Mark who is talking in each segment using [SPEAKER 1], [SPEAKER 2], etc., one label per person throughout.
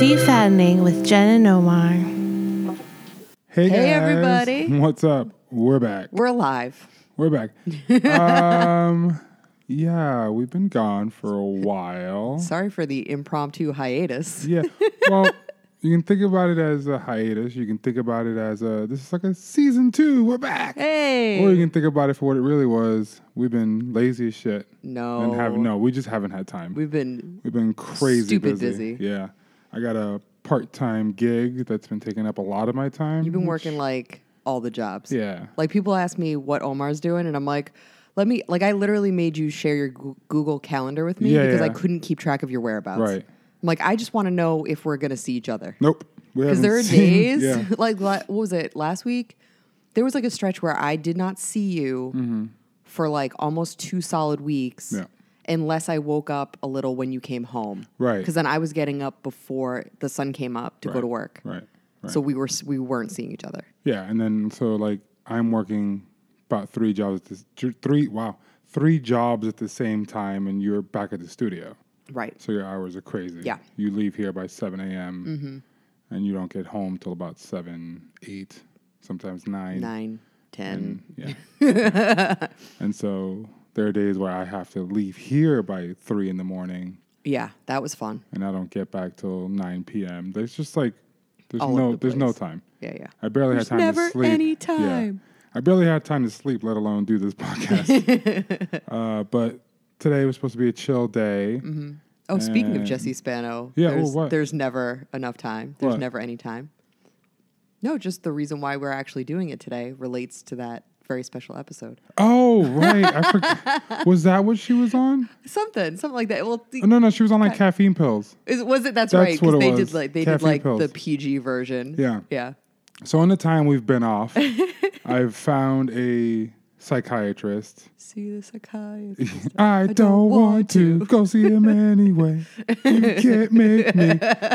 [SPEAKER 1] Morning with Jen and Omar.
[SPEAKER 2] Hey,
[SPEAKER 3] Hey,
[SPEAKER 2] guys.
[SPEAKER 3] everybody.
[SPEAKER 2] What's up? We're back.
[SPEAKER 3] We're live.
[SPEAKER 2] We're back. um, yeah, we've been gone for a while.
[SPEAKER 3] Sorry for the impromptu hiatus.
[SPEAKER 2] Yeah. Well, you can think about it as a hiatus. You can think about it as a this is like a season two. We're back.
[SPEAKER 3] Hey.
[SPEAKER 2] Or you can think about it for what it really was. We've been lazy as shit.
[SPEAKER 3] no.
[SPEAKER 2] And have no, we just haven't had time.
[SPEAKER 3] We've been
[SPEAKER 2] We've been crazy
[SPEAKER 3] Stupid busy.
[SPEAKER 2] Yeah. I got a part-time gig that's been taking up a lot of my time.
[SPEAKER 3] you've been working like all the jobs.
[SPEAKER 2] Yeah.
[SPEAKER 3] Like people ask me what Omar's doing, and I'm like, let me like I literally made you share your Goo- Google Calendar with me
[SPEAKER 2] Yeah,
[SPEAKER 3] because I
[SPEAKER 2] yeah.
[SPEAKER 3] couldn't keep track of your whereabouts.
[SPEAKER 2] Right.
[SPEAKER 3] I'm like, I just want to know if we're gonna see each other.
[SPEAKER 2] Nope.
[SPEAKER 3] Because
[SPEAKER 2] Because
[SPEAKER 3] there are days,
[SPEAKER 2] yeah.
[SPEAKER 3] like la- what was it last week? There was like a stretch where I did not see you for like almost two solid weeks,
[SPEAKER 2] Mm-hmm. Yeah.
[SPEAKER 3] unless I woke up a little when you came home,
[SPEAKER 2] Right.
[SPEAKER 3] Because then I was getting up before the sun came up to go
[SPEAKER 2] Right.
[SPEAKER 3] to work,
[SPEAKER 2] Right. Right.
[SPEAKER 3] So we were s- we weren't seeing each other.
[SPEAKER 2] Yeah, and then so like I'm working about three jobs, at this, thr- three wow, three jobs at the same time, and you're back at the studio,
[SPEAKER 3] Right.
[SPEAKER 2] so your hours are crazy.
[SPEAKER 3] Yeah. Mm-hmm.
[SPEAKER 2] you leave here by seven a.m. and you don't get home till about seven, eight, sometimes nine.
[SPEAKER 3] Nine, ten.
[SPEAKER 2] Yeah, and so there are days where I have to leave here by three in the morning,
[SPEAKER 3] Yeah, that was fun.
[SPEAKER 2] and I don't get back till nine p.m. There's just like there's
[SPEAKER 3] All over
[SPEAKER 2] no
[SPEAKER 3] the
[SPEAKER 2] there's no
[SPEAKER 3] place.
[SPEAKER 2] time.
[SPEAKER 3] Yeah, yeah.
[SPEAKER 2] I barely
[SPEAKER 3] There's
[SPEAKER 2] had time
[SPEAKER 3] never
[SPEAKER 2] to sleep.
[SPEAKER 3] any
[SPEAKER 2] Yeah.
[SPEAKER 3] time.
[SPEAKER 2] I barely had time to sleep, let alone do this podcast. uh, but today was supposed to be a chill day.
[SPEAKER 3] Oh, speaking of
[SPEAKER 2] And-
[SPEAKER 3] Jesse Spano,
[SPEAKER 2] Yeah, oh,
[SPEAKER 3] there's,
[SPEAKER 2] what?
[SPEAKER 3] there's never enough time. There's
[SPEAKER 2] What?
[SPEAKER 3] never any time. No, just the reason why we're actually doing it today relates to that very special episode.
[SPEAKER 2] Oh, right. I forgot. Was that what she was on?
[SPEAKER 3] Something, something like that. Well, th-
[SPEAKER 2] Oh, no, no, she was on like caffeine pills.
[SPEAKER 3] is, was it? That's,
[SPEAKER 2] That's
[SPEAKER 3] right.
[SPEAKER 2] what it
[SPEAKER 3] they
[SPEAKER 2] was.
[SPEAKER 3] did like they did
[SPEAKER 2] Caffeine
[SPEAKER 3] like the
[SPEAKER 2] pills.
[SPEAKER 3] PG version.
[SPEAKER 2] Yeah.
[SPEAKER 3] yeah.
[SPEAKER 2] So, in the time we've been off, I've found a psychiatrist.
[SPEAKER 3] See the psychiatrist.
[SPEAKER 2] I, don't, want, to go see him anyway. You can't make me.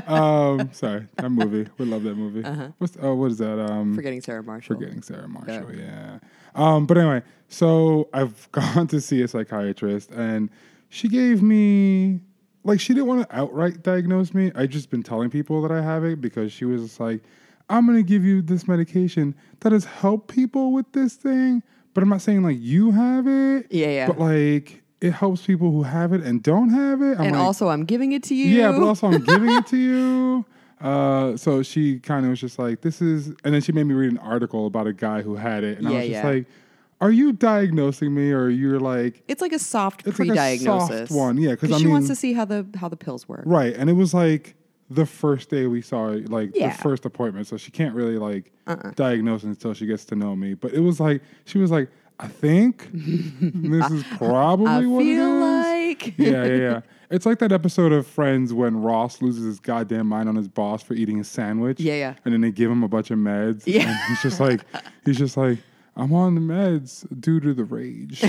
[SPEAKER 2] Um, sorry, that movie. We love that movie. What's oh, what is that? Um,
[SPEAKER 3] Forgetting Sarah Marshall.
[SPEAKER 2] Forgetting Sarah Marshall, yeah. Um, but anyway, so I've gone to see a psychiatrist, and she gave me like she didn't want to outright diagnose me. I just been telling people that I have it because she was just like, "I'm gonna give you this medication that has helped people with this thing," but I'm not saying like you have it.
[SPEAKER 3] Yeah, yeah.
[SPEAKER 2] But like it helps people who have it and don't have it. I'm
[SPEAKER 3] And
[SPEAKER 2] like,
[SPEAKER 3] also, I'm giving it to you.
[SPEAKER 2] yeah, but also I'm giving it to you. Uh, so she kind of was just like, this is, and then she made me read an article about a guy who had it, and I
[SPEAKER 3] Yeah,
[SPEAKER 2] was just
[SPEAKER 3] yeah.
[SPEAKER 2] like, are you diagnosing me, or you're like,
[SPEAKER 3] it's like a soft
[SPEAKER 2] It's like a
[SPEAKER 3] pre-diagnosis
[SPEAKER 2] soft one, yeah, 'cause I
[SPEAKER 3] she wants
[SPEAKER 2] mean-
[SPEAKER 3] to see how the how the pills work.
[SPEAKER 2] right? And it was like the first day we saw, it, like
[SPEAKER 3] Yeah. Uh-uh.
[SPEAKER 2] the first appointment, so she can't really like diagnose until she gets to know me. But it was like she was like, I think this is probably
[SPEAKER 3] I
[SPEAKER 2] what it is.
[SPEAKER 3] feel like
[SPEAKER 2] yeah, yeah, yeah. It's like that episode of Friends when Ross loses his goddamn mind on his boss for eating a sandwich.
[SPEAKER 3] Yeah, yeah.
[SPEAKER 2] And then they give him a bunch of meds.
[SPEAKER 3] Yeah.
[SPEAKER 2] And he's just like, he's just like, I'm on the meds due to the rage.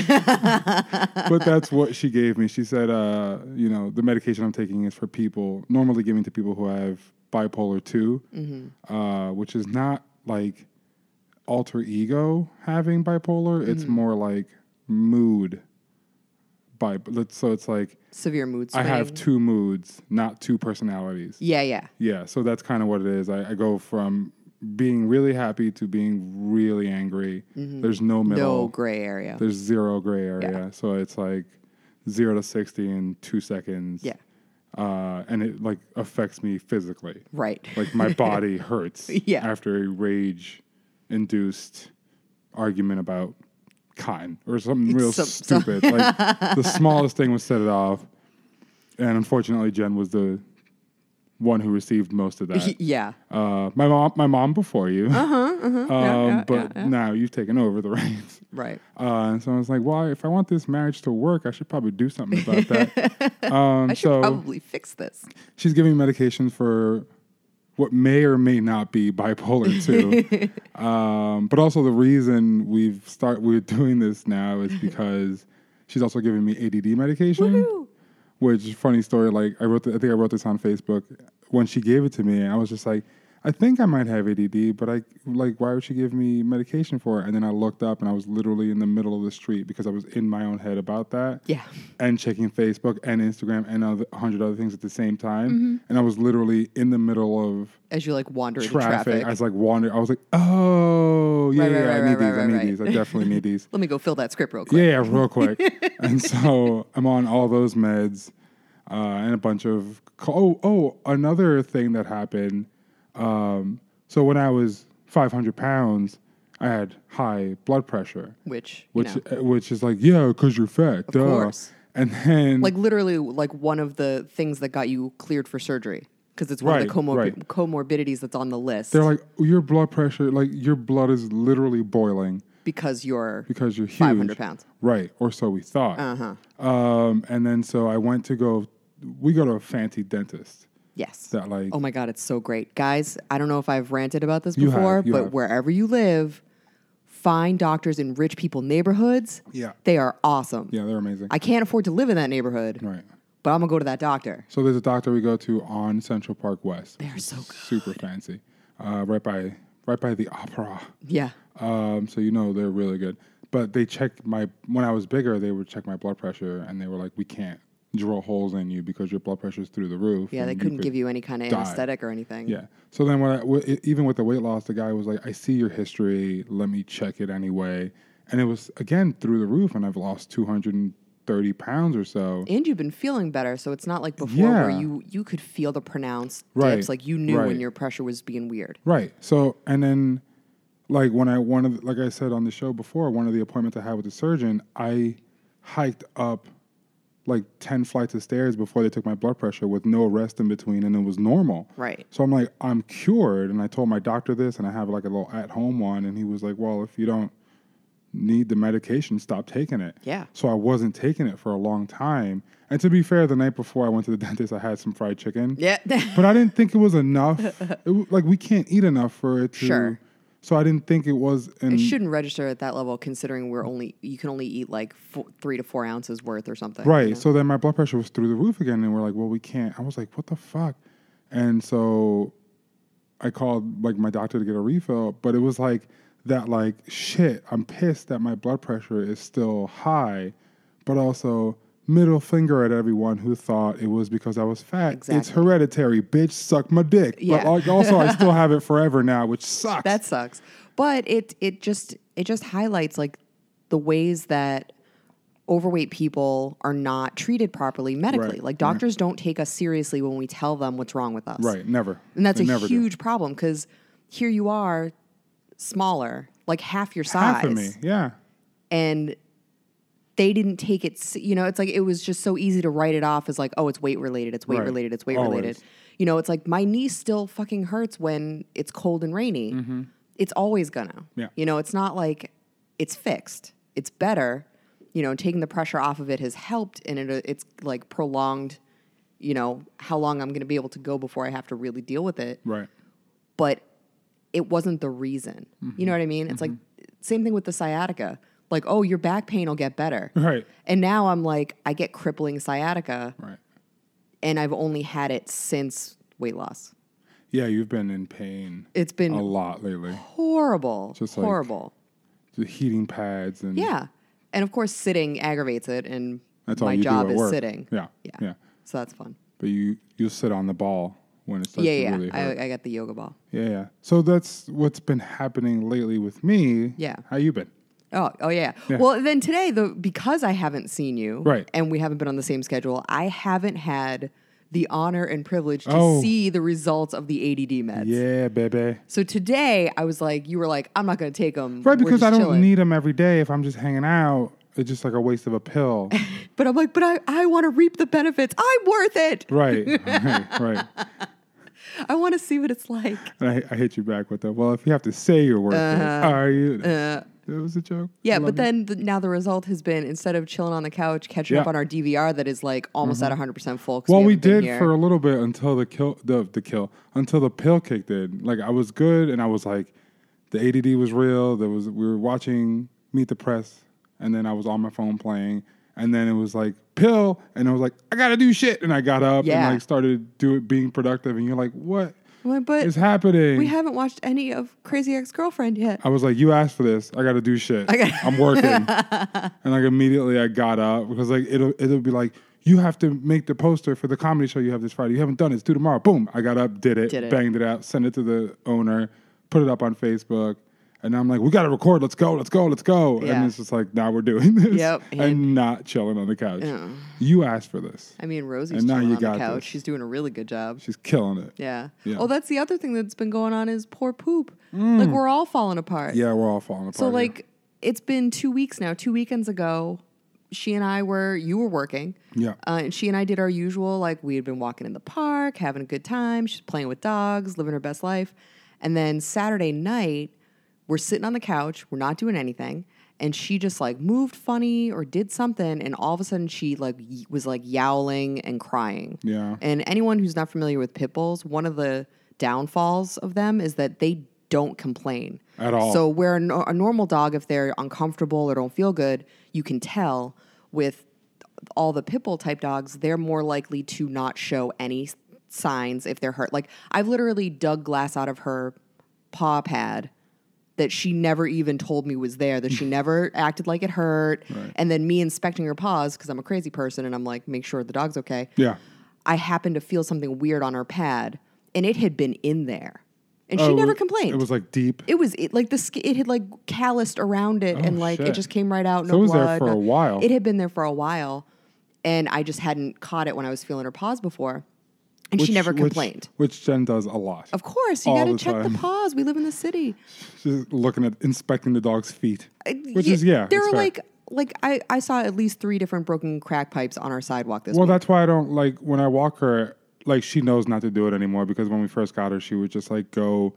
[SPEAKER 2] but that's what she gave me. She said, uh, you know, the medication I'm taking is for people normally giving to people who have bipolar 2,
[SPEAKER 3] Mm-hmm.
[SPEAKER 2] uh, which is not like alter ego having bipolar. It's
[SPEAKER 3] Mm-hmm.
[SPEAKER 2] more like mood. Bi- so it's like
[SPEAKER 3] severe mood
[SPEAKER 2] I
[SPEAKER 3] swing.
[SPEAKER 2] have two moods, not two personalities. Yeah,
[SPEAKER 3] Yeah, yeah.
[SPEAKER 2] so that's kind of what it is. I, I go from being really happy to being really angry. There's no middle.
[SPEAKER 3] No gray area.
[SPEAKER 2] There's zero gray area. So it's like zero to 60 in two seconds.
[SPEAKER 3] Yeah.
[SPEAKER 2] Uh, and it like affects me physically.
[SPEAKER 3] Right.
[SPEAKER 2] Like my body hurts
[SPEAKER 3] Yeah.
[SPEAKER 2] after a rage induced argument about cotton or something real
[SPEAKER 3] Some- some-
[SPEAKER 2] stupid. like the smallest thing was set it off. And unfortunately, Jen was the one who received most of that.
[SPEAKER 3] yeah.
[SPEAKER 2] Uh, my mom, my mom before you. Uh-huh, um,
[SPEAKER 3] yeah,
[SPEAKER 2] but now you've taken over the reins.
[SPEAKER 3] Right.
[SPEAKER 2] Uh, and so I was like, well, if I want this marriage to work, I should probably do something about that. um,
[SPEAKER 3] I should
[SPEAKER 2] so
[SPEAKER 3] probably fix this.
[SPEAKER 2] she's giving me medication for what may or may not be bipolar two. um, but also the reason we've start we're doing this now is because she's also giving me ADD medication.
[SPEAKER 3] Woohoo.
[SPEAKER 2] Which funny story, like I wrote, th- I think I wrote this on Facebook when she gave it to me, and I was just like, I think I might have ADD, but I like why would she give me medication for it? And then I looked up and I was literally in the middle of the street because I was in my own head about that.
[SPEAKER 3] Yeah.
[SPEAKER 2] And checking Facebook and Instagram and other- a hundred other things at the same time.
[SPEAKER 3] Mm-hmm.
[SPEAKER 2] And I was literally in the middle of
[SPEAKER 3] As you like wander into
[SPEAKER 2] traffic.
[SPEAKER 3] traffic.
[SPEAKER 2] I was like wandering. I was like, oh yeah,
[SPEAKER 3] Right, right,
[SPEAKER 2] yeah,
[SPEAKER 3] right,
[SPEAKER 2] I need
[SPEAKER 3] right,
[SPEAKER 2] these.
[SPEAKER 3] right,
[SPEAKER 2] I need
[SPEAKER 3] right,
[SPEAKER 2] these. I definitely need these.
[SPEAKER 3] Let me go fill that script real quick.
[SPEAKER 2] Yeah, yeah, real quick. and so I'm on all those meds uh, and a bunch of. Oh, oh, another thing that happened. Um, so when I was 500 pounds, I had high blood pressure,
[SPEAKER 3] Which, you
[SPEAKER 2] which
[SPEAKER 3] know,
[SPEAKER 2] uh, which is like yeah, because you're fat, duh.
[SPEAKER 3] course.
[SPEAKER 2] And then
[SPEAKER 3] like literally like one of the things that got you cleared for surgery because it's one of the
[SPEAKER 2] Right,
[SPEAKER 3] comor-
[SPEAKER 2] right.
[SPEAKER 3] comorbidities that's on the list
[SPEAKER 2] they're like your blood pressure, like your blood is literally boiling
[SPEAKER 3] because you're
[SPEAKER 2] because you're huge,
[SPEAKER 3] 500 pounds.
[SPEAKER 2] right? Or so we thought.
[SPEAKER 3] Uh-huh.
[SPEAKER 2] Um, and then so I went to go. We go to a fancy dentist
[SPEAKER 3] Yes.
[SPEAKER 2] that like
[SPEAKER 3] Oh my God, it's so great. Guys, I don't know if I've ranted about this
[SPEAKER 2] You have,
[SPEAKER 3] before,
[SPEAKER 2] you
[SPEAKER 3] but
[SPEAKER 2] have.
[SPEAKER 3] wherever you live, find doctors in rich people neighborhoods.
[SPEAKER 2] Yeah.
[SPEAKER 3] They are awesome.
[SPEAKER 2] Yeah, they're amazing.
[SPEAKER 3] I can't afford to live in that neighborhood,
[SPEAKER 2] right.
[SPEAKER 3] but I'm going to go to that doctor.
[SPEAKER 2] So there's a doctor we go to on Central Park West.
[SPEAKER 3] They're so good.
[SPEAKER 2] Super fancy. Uh, right by right by the opera.
[SPEAKER 3] Yeah.
[SPEAKER 2] Um, so you know they're really good. But they check my when I was bigger, they would check my blood pressure and they were like, We can't drill holes in you because your blood pressure's through the roof.
[SPEAKER 3] Yeah,
[SPEAKER 2] and
[SPEAKER 3] they
[SPEAKER 2] you
[SPEAKER 3] couldn't
[SPEAKER 2] could-
[SPEAKER 3] give you any kind of
[SPEAKER 2] die.
[SPEAKER 3] anesthetic or anything.
[SPEAKER 2] Mm, Yeah. So then, when I, w- e, even with the weight loss, the guy was like, "I see your history. Let me check it anyway." And it was again through the roof, and I've lost 230 pounds or so.
[SPEAKER 3] And you've been feeling better, so it's not like before where
[SPEAKER 2] Yeah.
[SPEAKER 3] you you could feel the pronounced
[SPEAKER 2] Right,
[SPEAKER 3] dips, like you knew when
[SPEAKER 2] right.
[SPEAKER 3] your pressure was being weird.
[SPEAKER 2] Right. So and then like when I one of the, like I said on the show before, one of the appointments I had with the surgeon, I hiked up like 10 flights of stairs before they took my blood pressure with no rest in between and it was normal.
[SPEAKER 3] Right.
[SPEAKER 2] So I'm like I'm cured and I told my doctor this and I have like a little at home one and he was like, "Well, if you don't need the medication, stop taking it."
[SPEAKER 3] Yeah.
[SPEAKER 2] So I wasn't taking it for a long time. And to be fair, the night before I went to the dentist, I had some fried chicken
[SPEAKER 3] Yeah.
[SPEAKER 2] but I didn't think it was enough. It, w- like we can't eat enough for it to.
[SPEAKER 3] Sure.
[SPEAKER 2] So I didn't think it was. An,
[SPEAKER 3] it shouldn't register at that level considering we're only you can only eat like four, 3 to 4 ounces worth or something. you
[SPEAKER 2] Right.
[SPEAKER 3] know?
[SPEAKER 2] So then my blood pressure was through the roof again, and we're like, "Well, we can't." I was like, "What the fuck?" And so I called like my doctor to get a refill, but it was like that. Like shit, I'm pissed that my blood pressure is still high, but also middle finger at everyone who thought it was because I was fat. It's
[SPEAKER 3] Exactly.
[SPEAKER 2] hereditary, bitch. Suck my dick.
[SPEAKER 3] Yeah.
[SPEAKER 2] But like, also, I still have it forever now, which sucks.
[SPEAKER 3] That sucks. But it it just it just highlights like the ways that overweight people are not treated properly medically.
[SPEAKER 2] Right,
[SPEAKER 3] Like doctors don't take us seriously when we tell them what's wrong with us.
[SPEAKER 2] Right, never.
[SPEAKER 3] And that's
[SPEAKER 2] They
[SPEAKER 3] a
[SPEAKER 2] never do.
[SPEAKER 3] huge problem cuz here you are smaller, like half your size.
[SPEAKER 2] half of me. Yeah,
[SPEAKER 3] And they didn't take it, se- you know, it's like it was just so easy to write it off as like, oh, it's weight related, it's weight
[SPEAKER 2] Right.
[SPEAKER 3] related, it's weight related.
[SPEAKER 2] Always.
[SPEAKER 3] You know, it's like my knee still fucking hurts when it's cold and rainy. It's always gonna.
[SPEAKER 2] Mm-hmm. Yeah.
[SPEAKER 3] You know, it's not like it's fixed. It's better. You know, taking the pressure off of it has helped, and it it's like prolonged. You know how long I'm gonna be able to go before I have to really deal with it
[SPEAKER 2] right.
[SPEAKER 3] but it wasn't the reason. You know what I mean? It's like same thing with the sciatica. Like, oh, your back pain will get better.
[SPEAKER 2] Right.
[SPEAKER 3] And now I'm like, I get crippling sciatica
[SPEAKER 2] Right.
[SPEAKER 3] and I've only had it since weight loss.
[SPEAKER 2] Yeah, you've been in pain
[SPEAKER 3] It's
[SPEAKER 2] a
[SPEAKER 3] been
[SPEAKER 2] lot lately.
[SPEAKER 3] horrible.
[SPEAKER 2] Just like-
[SPEAKER 3] horrible.
[SPEAKER 2] The heating pads and
[SPEAKER 3] yeah. And of course sitting aggravates it and
[SPEAKER 2] that's all
[SPEAKER 3] my
[SPEAKER 2] you
[SPEAKER 3] job
[SPEAKER 2] do at
[SPEAKER 3] is
[SPEAKER 2] work.
[SPEAKER 3] sitting.
[SPEAKER 2] Yeah,
[SPEAKER 3] Yeah.
[SPEAKER 2] yeah,
[SPEAKER 3] So that's fun.
[SPEAKER 2] But you you sit on the ball when it starts
[SPEAKER 3] yeah,
[SPEAKER 2] to
[SPEAKER 3] yeah.
[SPEAKER 2] really hurt.
[SPEAKER 3] I, I got the yoga ball.
[SPEAKER 2] yeah, yeah. So that's what's been happening lately with me.
[SPEAKER 3] Yeah.
[SPEAKER 2] How you been?
[SPEAKER 3] Oh, oh yeah.
[SPEAKER 2] Yeah.
[SPEAKER 3] Well, then today, the because I haven't seen you,
[SPEAKER 2] Right.
[SPEAKER 3] and we haven't been on the same schedule, I haven't had the honor and privilege to
[SPEAKER 2] Oh.
[SPEAKER 3] see the results of the ADD meds.
[SPEAKER 2] Yeah, baby.
[SPEAKER 3] So today, I was like, you were like, I'm not going to take them,
[SPEAKER 2] Right, because I don't 'em need them every day. If I'm just hanging out, it's just like a waste of a pill.
[SPEAKER 3] But I'm like, but I, I want to reap the benefits. I'm worth it.
[SPEAKER 2] right, right, right.
[SPEAKER 3] I want to see what it's like.
[SPEAKER 2] And I, I hit you back with that. Well, if you have to say your worth, it, are you? it was a joke.
[SPEAKER 3] Uh-huh. Uh, Yeah,
[SPEAKER 2] I love
[SPEAKER 3] but
[SPEAKER 2] you.
[SPEAKER 3] then the, now the result has been instead of chilling on the couch, catching up
[SPEAKER 2] Yeah. Mm-hmm.
[SPEAKER 3] on our DVR that is like almost at 100 percent full. 'cause
[SPEAKER 2] Well, we,
[SPEAKER 3] haven't been
[SPEAKER 2] did
[SPEAKER 3] here.
[SPEAKER 2] for a little bit until the kill, the, the kill, until the pill kicked in. Like I was good, and I was like, the ADD was real. There was we were watching Meet the Press, and then I was on my phone playing, and then it was like pill, and I was like, I gotta do shit, and I got up
[SPEAKER 3] Yeah.
[SPEAKER 2] and like started do it being productive, and you're like, what?
[SPEAKER 3] What, but
[SPEAKER 2] is happening.
[SPEAKER 3] we haven't watched any of Crazy Ex Girlfriend yet.
[SPEAKER 2] I was like, you asked for this. I got to do shit.
[SPEAKER 3] Okay.
[SPEAKER 2] I'm working. and like immediately I got up because like it'll it'll be like you have to make the poster for the comedy show you have this Friday. You haven't done it. It's due tomorrow. Boom. I got up, did it,
[SPEAKER 3] Did it.
[SPEAKER 2] banged it out, sent it to the owner, put it up on Facebook. And I'm like, we got to record. Let's go. Let's go. Let's go.
[SPEAKER 3] Yeah.
[SPEAKER 2] And it's just like, now we're doing this.
[SPEAKER 3] Yep.
[SPEAKER 2] And, not chilling on the couch.
[SPEAKER 3] Yeah.
[SPEAKER 2] You asked for this.
[SPEAKER 3] I mean, Rosie's
[SPEAKER 2] And now
[SPEAKER 3] chilling
[SPEAKER 2] you
[SPEAKER 3] on the
[SPEAKER 2] got
[SPEAKER 3] couch.
[SPEAKER 2] this.
[SPEAKER 3] She's doing a really good job.
[SPEAKER 2] She's killing it.
[SPEAKER 3] Yeah.
[SPEAKER 2] Yeah. Mm.
[SPEAKER 3] Oh, that's the other thing that's been going on is poor poop. Like we're all falling apart.
[SPEAKER 2] Yeah, we're all falling apart.
[SPEAKER 3] So
[SPEAKER 2] here.
[SPEAKER 3] like it's been two weeks now. Two weekends ago, she and I were you were working.
[SPEAKER 2] Yeah.
[SPEAKER 3] Uh, and she and I did our usual like we had been walking in the park, having a good time. She's playing with dogs, living her best life. And then Saturday night, we're sitting on the couch. We're not doing anything. And she just like moved funny or did something, and all of a sudden she like y- was like yowling and crying.
[SPEAKER 2] Yeah.
[SPEAKER 3] And anyone who's not familiar with pit bulls, one of the downfalls of them is that they don't complain
[SPEAKER 2] At all.
[SPEAKER 3] So where a, no- a normal dog, if they're uncomfortable or don't feel good, you can tell. With all the pit bull type dogs, they're more likely to not show any s- signs if they're hurt. Like I've literally dug glass out of her paw pad that she never even told me was there, that she never acted like it hurt. And then me inspecting her paws, because I'm a crazy person and I'm like, make sure the dog's okay.
[SPEAKER 2] yeah.
[SPEAKER 3] I happened to feel something weird on her pad, and it had been in there, and
[SPEAKER 2] Oh,
[SPEAKER 3] she
[SPEAKER 2] it
[SPEAKER 3] never
[SPEAKER 2] was-
[SPEAKER 3] complained.
[SPEAKER 2] It was like deep.
[SPEAKER 3] it was it, like the skin, it had like calloused around it, and
[SPEAKER 2] Oh,
[SPEAKER 3] like it
[SPEAKER 2] shit.
[SPEAKER 3] just came right out. No
[SPEAKER 2] So it was there
[SPEAKER 3] blood,
[SPEAKER 2] for
[SPEAKER 3] no-
[SPEAKER 2] a while.
[SPEAKER 3] It had been there for a while, and I just hadn't caught it when I was feeling her paws before, and she
[SPEAKER 2] which-
[SPEAKER 3] never
[SPEAKER 2] which-
[SPEAKER 3] complained.
[SPEAKER 2] Which Jen does a lot.
[SPEAKER 3] of course, you
[SPEAKER 2] all
[SPEAKER 3] got to
[SPEAKER 2] the
[SPEAKER 3] check
[SPEAKER 2] time.
[SPEAKER 3] the paws. We live in the city.
[SPEAKER 2] She's looking at inspecting the dog's feet,
[SPEAKER 3] I-
[SPEAKER 2] which
[SPEAKER 3] y-
[SPEAKER 2] is yeah.
[SPEAKER 3] There
[SPEAKER 2] it's
[SPEAKER 3] are
[SPEAKER 2] fair.
[SPEAKER 3] Uh, like like I I saw at least three different broken crack pipes on our sidewalk this
[SPEAKER 2] well,
[SPEAKER 3] week.
[SPEAKER 2] that's why I don't like when I walk her. Like she knows not to do it anymore because when we first got her, she would just like go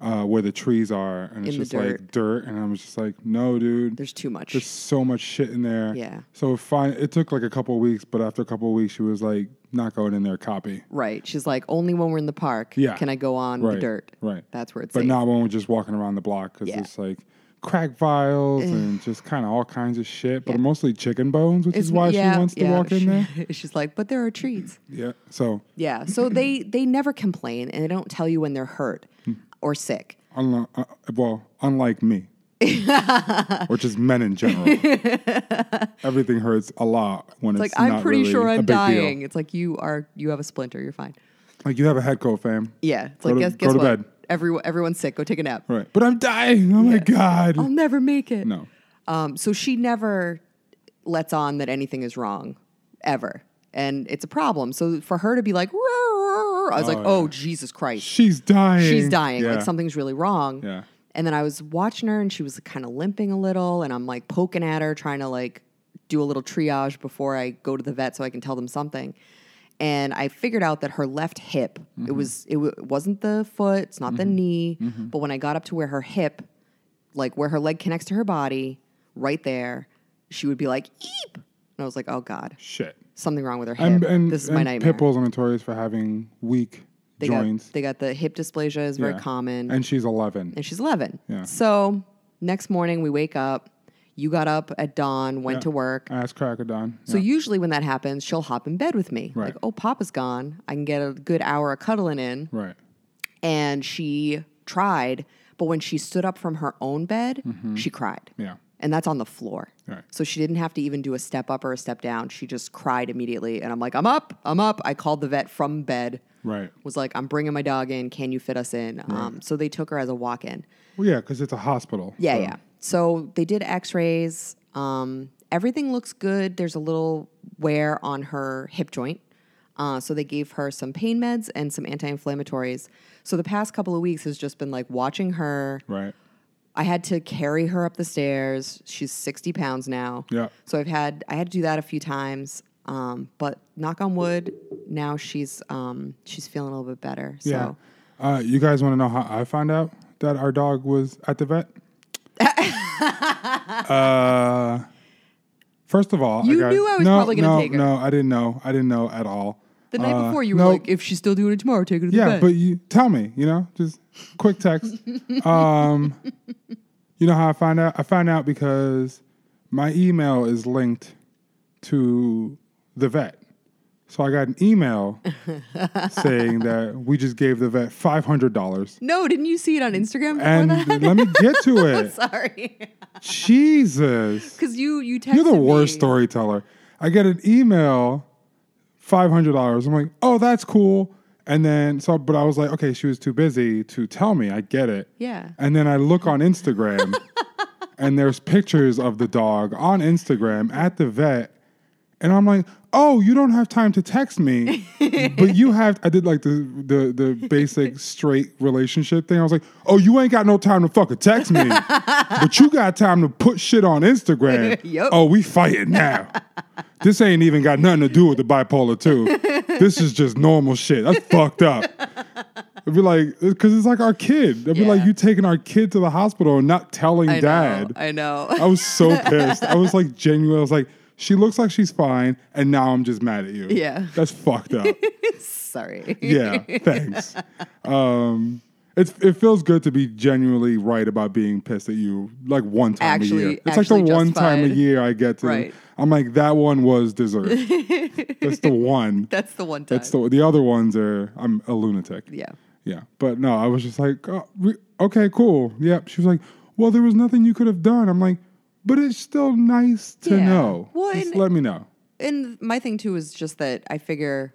[SPEAKER 2] uh, where the trees are and it's
[SPEAKER 3] In the
[SPEAKER 2] just like dirt, and I was just like, no, dude.
[SPEAKER 3] There's too much.
[SPEAKER 2] There's so much shit in there.
[SPEAKER 3] Yeah.
[SPEAKER 2] So fine, it took like a couple of weeks, but after a couple of weeks, she was like, not going in there, copy.
[SPEAKER 3] Right. She's like, only when we're in the park
[SPEAKER 2] Yeah.
[SPEAKER 3] can I go on
[SPEAKER 2] Right.
[SPEAKER 3] the dirt.
[SPEAKER 2] Right.
[SPEAKER 3] That's where it's
[SPEAKER 2] But
[SPEAKER 3] safe.
[SPEAKER 2] not when we're just walking around the block because
[SPEAKER 3] Yeah.
[SPEAKER 2] it's like crack vials and just kind of all kinds of shit, but mostly chicken bones, which
[SPEAKER 3] It's-
[SPEAKER 2] is why she wants to
[SPEAKER 3] yeah,
[SPEAKER 2] walk
[SPEAKER 3] she-
[SPEAKER 2] in there.
[SPEAKER 3] She's like, but there are treats.
[SPEAKER 2] Yeah. So
[SPEAKER 3] Yeah. So they they never complain and they don't tell you when they're hurt
[SPEAKER 2] Hmm.
[SPEAKER 3] or sick.
[SPEAKER 2] unlike, uh, well, unlike me, which is men in general, everything hurts a lot when it's,
[SPEAKER 3] Like I'm
[SPEAKER 2] not
[SPEAKER 3] pretty
[SPEAKER 2] really
[SPEAKER 3] sure
[SPEAKER 2] a
[SPEAKER 3] I'm
[SPEAKER 2] big deal.
[SPEAKER 3] dying. It's like you are you have a splinter. You're fine.
[SPEAKER 2] Like you have a head cold, fam.
[SPEAKER 3] Yeah. It's
[SPEAKER 2] Go
[SPEAKER 3] like
[SPEAKER 2] to-
[SPEAKER 3] guess
[SPEAKER 2] go
[SPEAKER 3] guess
[SPEAKER 2] to
[SPEAKER 3] what?
[SPEAKER 2] bed.
[SPEAKER 3] Everyone everyone's sick. Go take a nap.
[SPEAKER 2] Right. But I'm dying. Oh my god.
[SPEAKER 3] I'll never make it.
[SPEAKER 2] No.
[SPEAKER 3] Um, so she never lets on that anything is wrong, ever. And it's a problem. So for her to be like, "Roar, roar," I was like,
[SPEAKER 2] yeah.
[SPEAKER 3] oh, Jesus Christ.
[SPEAKER 2] She's dying.
[SPEAKER 3] She's dying.
[SPEAKER 2] Yeah.
[SPEAKER 3] Like something's really wrong.
[SPEAKER 2] Yeah.
[SPEAKER 3] And then I was watching her and she was kind of limping a little. And I'm like poking at her, trying to like do a little triage before I go to the vet so I can tell them something. And I figured out that her left hip, it
[SPEAKER 2] Mm-hmm.
[SPEAKER 3] was it, w- it wasn't the foot, it's not the knee, but when I got up to where her hip like where her leg connects to her body, right there, she would be like, eep. And I was like, oh God,
[SPEAKER 2] Shit.
[SPEAKER 3] something wong with her hip.
[SPEAKER 2] And, and,
[SPEAKER 3] this is
[SPEAKER 2] and
[SPEAKER 3] my nightmare.
[SPEAKER 2] Pit bulls are notorious for having weak
[SPEAKER 3] they,
[SPEAKER 2] joints.
[SPEAKER 3] got, they got the hip dysplasia is very
[SPEAKER 2] Yeah.
[SPEAKER 3] common.
[SPEAKER 2] And she's 11.
[SPEAKER 3] and she's 11.
[SPEAKER 2] Yeah.
[SPEAKER 3] So next morning we wake up. You got up at dawn, went to work.
[SPEAKER 2] Ass cracker done.
[SPEAKER 3] So usually when that happens, she'll hop in bed with me.
[SPEAKER 2] Right.
[SPEAKER 3] Like, oh, Papa's gone. I can get a good hour of cuddling in.
[SPEAKER 2] right.
[SPEAKER 3] And she tried, but when she stood up from her own bed, she cried.
[SPEAKER 2] Mm-hmm. Yeah.
[SPEAKER 3] And that's on the floor.
[SPEAKER 2] Right.
[SPEAKER 3] So she didn't have to even do a step up or a step down. She just cried immediately. And I'm like, I'm up, I'm up. I called the vet from bed,
[SPEAKER 2] Right.
[SPEAKER 3] was like, I'm bringing my dog in. Can you fit us in? Um, so they took her as a walk in.
[SPEAKER 2] Well, yeah, because it's a hospital.
[SPEAKER 3] Yeah,
[SPEAKER 2] so-
[SPEAKER 3] yeah. So they did x rays. Um, everything looks good. There's a little wear on her hip joint. Uh, so they gave her some pain meds and some anti inflammatories. So the past couple of weeks has just been like watching her.
[SPEAKER 2] Right.
[SPEAKER 3] I had to carry her up the stairs. She's 60 pounds now.
[SPEAKER 2] Yeah.
[SPEAKER 3] So I've had I had to do that a few times. Um, but knock on wood, now she's um, she's feeling a little bit better. So
[SPEAKER 2] Yeah. Uh, you guys want to know how I found out that our dog was at the vet? uh, first of all,
[SPEAKER 3] You
[SPEAKER 2] I got,
[SPEAKER 3] knew I was
[SPEAKER 2] no,
[SPEAKER 3] probably gonna
[SPEAKER 2] no,
[SPEAKER 3] take her.
[SPEAKER 2] No, I didn't know. I didn't know at all.
[SPEAKER 3] the night
[SPEAKER 2] Uh,
[SPEAKER 3] before you were
[SPEAKER 2] no,
[SPEAKER 3] like, if she's still doing it tomorrow, take her to the
[SPEAKER 2] Yeah,
[SPEAKER 3] vet.
[SPEAKER 2] but you tell me, you know, just quick text. um, you know how I find out? I find out because my email is linked to the vet. So I got an email saying that we just gave the vet five hundred dollars.
[SPEAKER 3] No, didn't you see it on Instagram before
[SPEAKER 2] And
[SPEAKER 3] that?
[SPEAKER 2] let me get to it.
[SPEAKER 3] Sorry,
[SPEAKER 2] Jesus,
[SPEAKER 3] because you you texted
[SPEAKER 2] you're the worst
[SPEAKER 3] me.
[SPEAKER 2] storyteller. I get an email, five hundred dollars. I'm like, oh, that's cool. And then so, but I was like, okay, she was too busy to tell me. I get it.
[SPEAKER 3] Yeah.
[SPEAKER 2] And then I look on Instagram, and there's pictures of the dog on Instagram at the vet, and I'm like, oh, you don't have time to text me, but you have. I did like the the the basic straight relationship thing. I was like, oh, you ain't got no time to fucking text me, but you got time to put shit on Instagram.
[SPEAKER 3] Yup.
[SPEAKER 2] Oh, we fighting now. This ain't even got nothing to do with the bipolar two. This is just normal shit. That's fucked up. I'd be like, because it's like our kid. I'd be like,
[SPEAKER 3] Yeah.
[SPEAKER 2] you taking our kid to the hospital and not telling
[SPEAKER 3] I know,
[SPEAKER 2] dad.
[SPEAKER 3] I know.
[SPEAKER 2] I was so pissed. I was like, genuine. I was like, she looks like she's fine, and now I'm just mad at you.
[SPEAKER 3] Yeah.
[SPEAKER 2] that's fucked up.
[SPEAKER 3] Sorry.
[SPEAKER 2] yeah, thanks. Um, it's it feels good to be genuinely right about being pissed at you, like one time
[SPEAKER 3] Actually-
[SPEAKER 2] a year. It's
[SPEAKER 3] actually
[SPEAKER 2] like the one time a
[SPEAKER 3] justified.
[SPEAKER 2] year I get to.
[SPEAKER 3] Right.
[SPEAKER 2] I'm like, that one was deserved. that's the one.
[SPEAKER 3] That's the one time.
[SPEAKER 2] That's the the other ones are. I'm a lunatic.
[SPEAKER 3] yeah.
[SPEAKER 2] Yeah, but no, I was just like, oh, we, okay, cool. Yep. She was like, well, there was nothing you could have done. I'm like, but it's still nice to
[SPEAKER 3] Yeah.
[SPEAKER 2] know.
[SPEAKER 3] Well,
[SPEAKER 2] just
[SPEAKER 3] and-
[SPEAKER 2] let me know.
[SPEAKER 3] And my thing too is just that I figure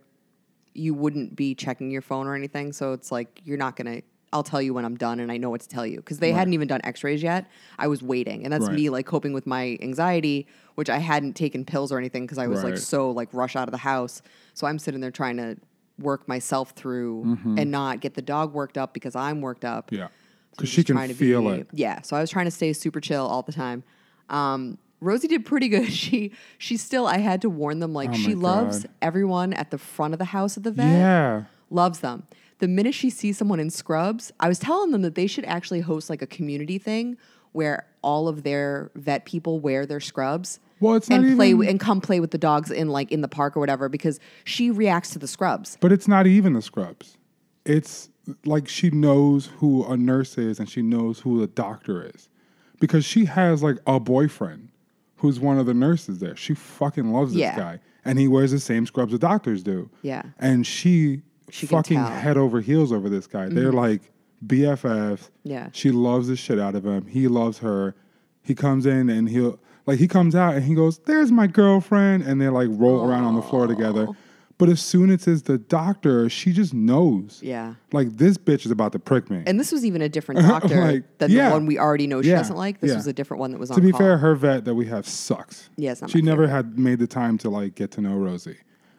[SPEAKER 3] you wouldn't be checking your phone or anything, so it's like you're not gonna. I'll tell you when I'm done, and I know what to tell you because they hadn't even done X-rays yet. I was waiting, and that's
[SPEAKER 2] Right.
[SPEAKER 3] me like coping with my anxiety, which I hadn't taken pills or anything because I was like
[SPEAKER 2] Right.
[SPEAKER 3] so like rush out of the house. So I'm sitting there trying to work myself through and not get the dog worked up because I'm worked up.
[SPEAKER 2] Mm-hmm. Yeah,
[SPEAKER 3] I'm
[SPEAKER 2] because she
[SPEAKER 3] just trying
[SPEAKER 2] can
[SPEAKER 3] to
[SPEAKER 2] feel
[SPEAKER 3] be-
[SPEAKER 2] it.
[SPEAKER 3] Yeah, so I was trying to stay super chill all the time. Um, Rosie did pretty good. She she still I had to warn them like
[SPEAKER 2] Oh
[SPEAKER 3] she
[SPEAKER 2] my
[SPEAKER 3] loves
[SPEAKER 2] God.
[SPEAKER 3] everyone at the front of the house at the vet.
[SPEAKER 2] Yeah,
[SPEAKER 3] Loves them. The minute she sees someone in scrubs, I was telling them that they should actually host like a community thing where all of their vet people wear their scrubs.
[SPEAKER 2] Well, it's
[SPEAKER 3] and
[SPEAKER 2] not
[SPEAKER 3] play
[SPEAKER 2] even-
[SPEAKER 3] and come play with the dogs in like in the park or whatever because she reacts to the scrubs.
[SPEAKER 2] but it's not even the scrubs. It's like she knows who a nurse is and she knows who a doctor is, because she has like a boyfriend who's one of the nurses there. She fucking loves this
[SPEAKER 3] Yeah.
[SPEAKER 2] guy, and he wears the same scrubs the doctors do.
[SPEAKER 3] Yeah.
[SPEAKER 2] and she,
[SPEAKER 3] can
[SPEAKER 2] fucking
[SPEAKER 3] tell. Mm-hmm.
[SPEAKER 2] head over heels over this guy. They're like BFFs.
[SPEAKER 3] Yeah.
[SPEAKER 2] She loves the shit out of him. He loves her. He comes in and he'll like he comes out and he goes, "There's my girlfriend," and they like roll around on the floor together. But as soon as it's the doctor, she just knows.
[SPEAKER 3] Yeah.
[SPEAKER 2] Like this bitch is about to prick me.
[SPEAKER 3] And this was even a different doctor
[SPEAKER 2] Uh-huh. Like,
[SPEAKER 3] than
[SPEAKER 2] yeah.
[SPEAKER 3] the one we already know she
[SPEAKER 2] Yeah,
[SPEAKER 3] doesn't like. This
[SPEAKER 2] yeah.
[SPEAKER 3] was a different one that was on
[SPEAKER 2] to be
[SPEAKER 3] call.
[SPEAKER 2] fair, her vet that we have sucks.
[SPEAKER 3] Yeah, it's not
[SPEAKER 2] she
[SPEAKER 3] my
[SPEAKER 2] never had made the time to like get to know Rosie.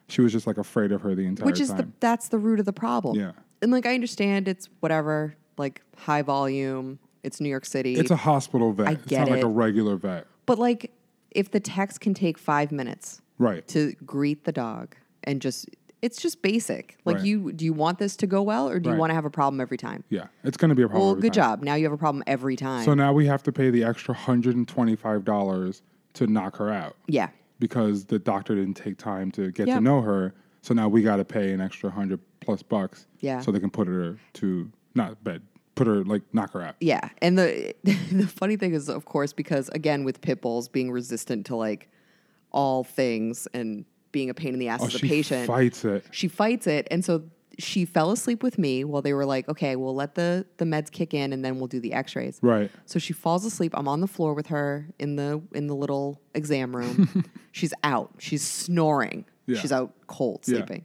[SPEAKER 2] She was just like afraid of her the entire
[SPEAKER 3] which is
[SPEAKER 2] time.
[SPEAKER 3] the that's the root of the problem.
[SPEAKER 2] Yeah.
[SPEAKER 3] And like I understand it's whatever, like high volume, it's New York City.
[SPEAKER 2] it's a hospital vet. it's
[SPEAKER 3] get
[SPEAKER 2] not like
[SPEAKER 3] it.
[SPEAKER 2] a regular vet.
[SPEAKER 3] but like if the text can take 5 minutes
[SPEAKER 2] Right.
[SPEAKER 3] to greet the dog and just it's just basic. Like
[SPEAKER 2] Right.
[SPEAKER 3] you do you want this to go well or do
[SPEAKER 2] Right.
[SPEAKER 3] you want to have a problem every time?
[SPEAKER 2] Yeah, it's going to be a problem.
[SPEAKER 3] Well,
[SPEAKER 2] every
[SPEAKER 3] good
[SPEAKER 2] time.
[SPEAKER 3] job. Now you have a problem every time.
[SPEAKER 2] So now we have to pay the extra hundred and twenty-five dollars to knock her out
[SPEAKER 3] yeah.
[SPEAKER 2] because the doctor didn't take time to get to
[SPEAKER 3] Yep.
[SPEAKER 2] know her. So now we got to pay an extra hundred plus bucks.
[SPEAKER 3] Yeah.
[SPEAKER 2] So they can put her to not bed, put her like knock her out.
[SPEAKER 3] Yeah, and the the funny thing is, of course, because again, with pit bulls being resistant to like all things and being a pain in the ass
[SPEAKER 2] Oh,
[SPEAKER 3] as a
[SPEAKER 2] she
[SPEAKER 3] patient,
[SPEAKER 2] fights it.
[SPEAKER 3] she fights it, and so she fell asleep with me while they were like, "Okay, we'll let the the meds kick in, and then we'll do the X-rays."
[SPEAKER 2] Right.
[SPEAKER 3] So she falls asleep. I'm on the floor with her in the in the little exam room. She's out. She's snoring.
[SPEAKER 2] Yeah.
[SPEAKER 3] She's out cold
[SPEAKER 2] Yeah.
[SPEAKER 3] sleeping.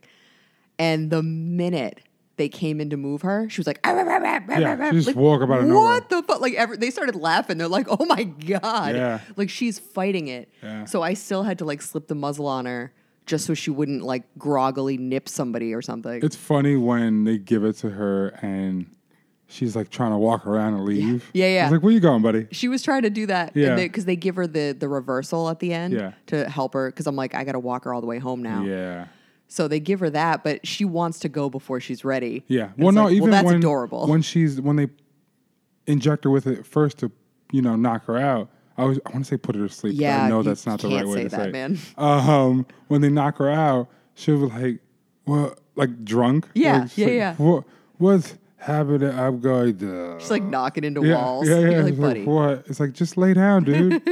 [SPEAKER 3] And the minute they came in to move her, she was like, "Ah, rah, rah, rah, rah,
[SPEAKER 2] Yeah,
[SPEAKER 3] rah, rah."
[SPEAKER 2] she just
[SPEAKER 3] Like,
[SPEAKER 2] woke up out of
[SPEAKER 3] What the fuck? Like every, they started laughing. They're like, "Oh my god!"
[SPEAKER 2] Yeah.
[SPEAKER 3] Like she's fighting it.
[SPEAKER 2] Yeah.
[SPEAKER 3] So I still had to like slip the muzzle on her just so she wouldn't like groggily nip somebody or something.
[SPEAKER 2] It's funny when they give it to her and she's like trying to walk around and leave.
[SPEAKER 3] Yeah, yeah.
[SPEAKER 2] I was like, where you going, buddy?
[SPEAKER 3] She was trying to do that
[SPEAKER 2] Yeah.
[SPEAKER 3] because they, give her the the reversal at the end
[SPEAKER 2] Yeah.
[SPEAKER 3] to help her. Because I'm like, I got to walk her all the way home now.
[SPEAKER 2] Yeah.
[SPEAKER 3] So they give her that, but she wants to go before she's ready.
[SPEAKER 2] Yeah.
[SPEAKER 3] And
[SPEAKER 2] Well,
[SPEAKER 3] it's
[SPEAKER 2] no,
[SPEAKER 3] like,
[SPEAKER 2] even
[SPEAKER 3] well, that's
[SPEAKER 2] when,
[SPEAKER 3] adorable.
[SPEAKER 2] when she's when they inject her with it first to you know knock her out. I was I want to say put her to sleep. but
[SPEAKER 3] yeah,
[SPEAKER 2] I know
[SPEAKER 3] you
[SPEAKER 2] that's not the
[SPEAKER 3] can't
[SPEAKER 2] right way
[SPEAKER 3] say
[SPEAKER 2] to
[SPEAKER 3] that,
[SPEAKER 2] say. it.
[SPEAKER 3] man.
[SPEAKER 2] Um, when they knock her out, she'll be like, "Well, like drunk."
[SPEAKER 3] Yeah,
[SPEAKER 2] Like, she's
[SPEAKER 3] yeah,
[SPEAKER 2] like,
[SPEAKER 3] yeah.
[SPEAKER 2] What what's happening? I'm going to.
[SPEAKER 3] She's like knocking into
[SPEAKER 2] yeah,
[SPEAKER 3] walls.
[SPEAKER 2] Yeah, yeah.
[SPEAKER 3] You're like,
[SPEAKER 2] It's
[SPEAKER 3] buddy.
[SPEAKER 2] what? It's like just lay down, dude.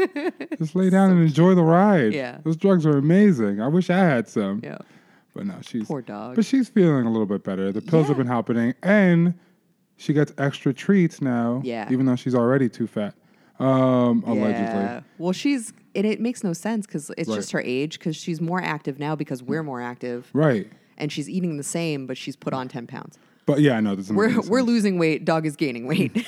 [SPEAKER 2] just lay down and enjoy the ride.
[SPEAKER 3] Yeah.
[SPEAKER 2] Those drugs are amazing. I wish I had some.
[SPEAKER 3] yeah.
[SPEAKER 2] But no, she's
[SPEAKER 3] Poor dog.
[SPEAKER 2] But she's feeling a little bit better. The pills have
[SPEAKER 3] Yeah.
[SPEAKER 2] been helping, and she gets extra treats now.
[SPEAKER 3] Yeah.
[SPEAKER 2] even though she's already too fat, um,
[SPEAKER 3] Yeah.
[SPEAKER 2] allegedly.
[SPEAKER 3] Well, she's and it makes no sense because it's
[SPEAKER 2] Right.
[SPEAKER 3] just her age. Because she's more active now because we're more active,
[SPEAKER 2] Right,
[SPEAKER 3] and she's eating the same, but she's put on ten pounds.
[SPEAKER 2] but yeah, I know. Doesn't make
[SPEAKER 3] We're
[SPEAKER 2] any sense.
[SPEAKER 3] we're losing weight. Dog is gaining weight.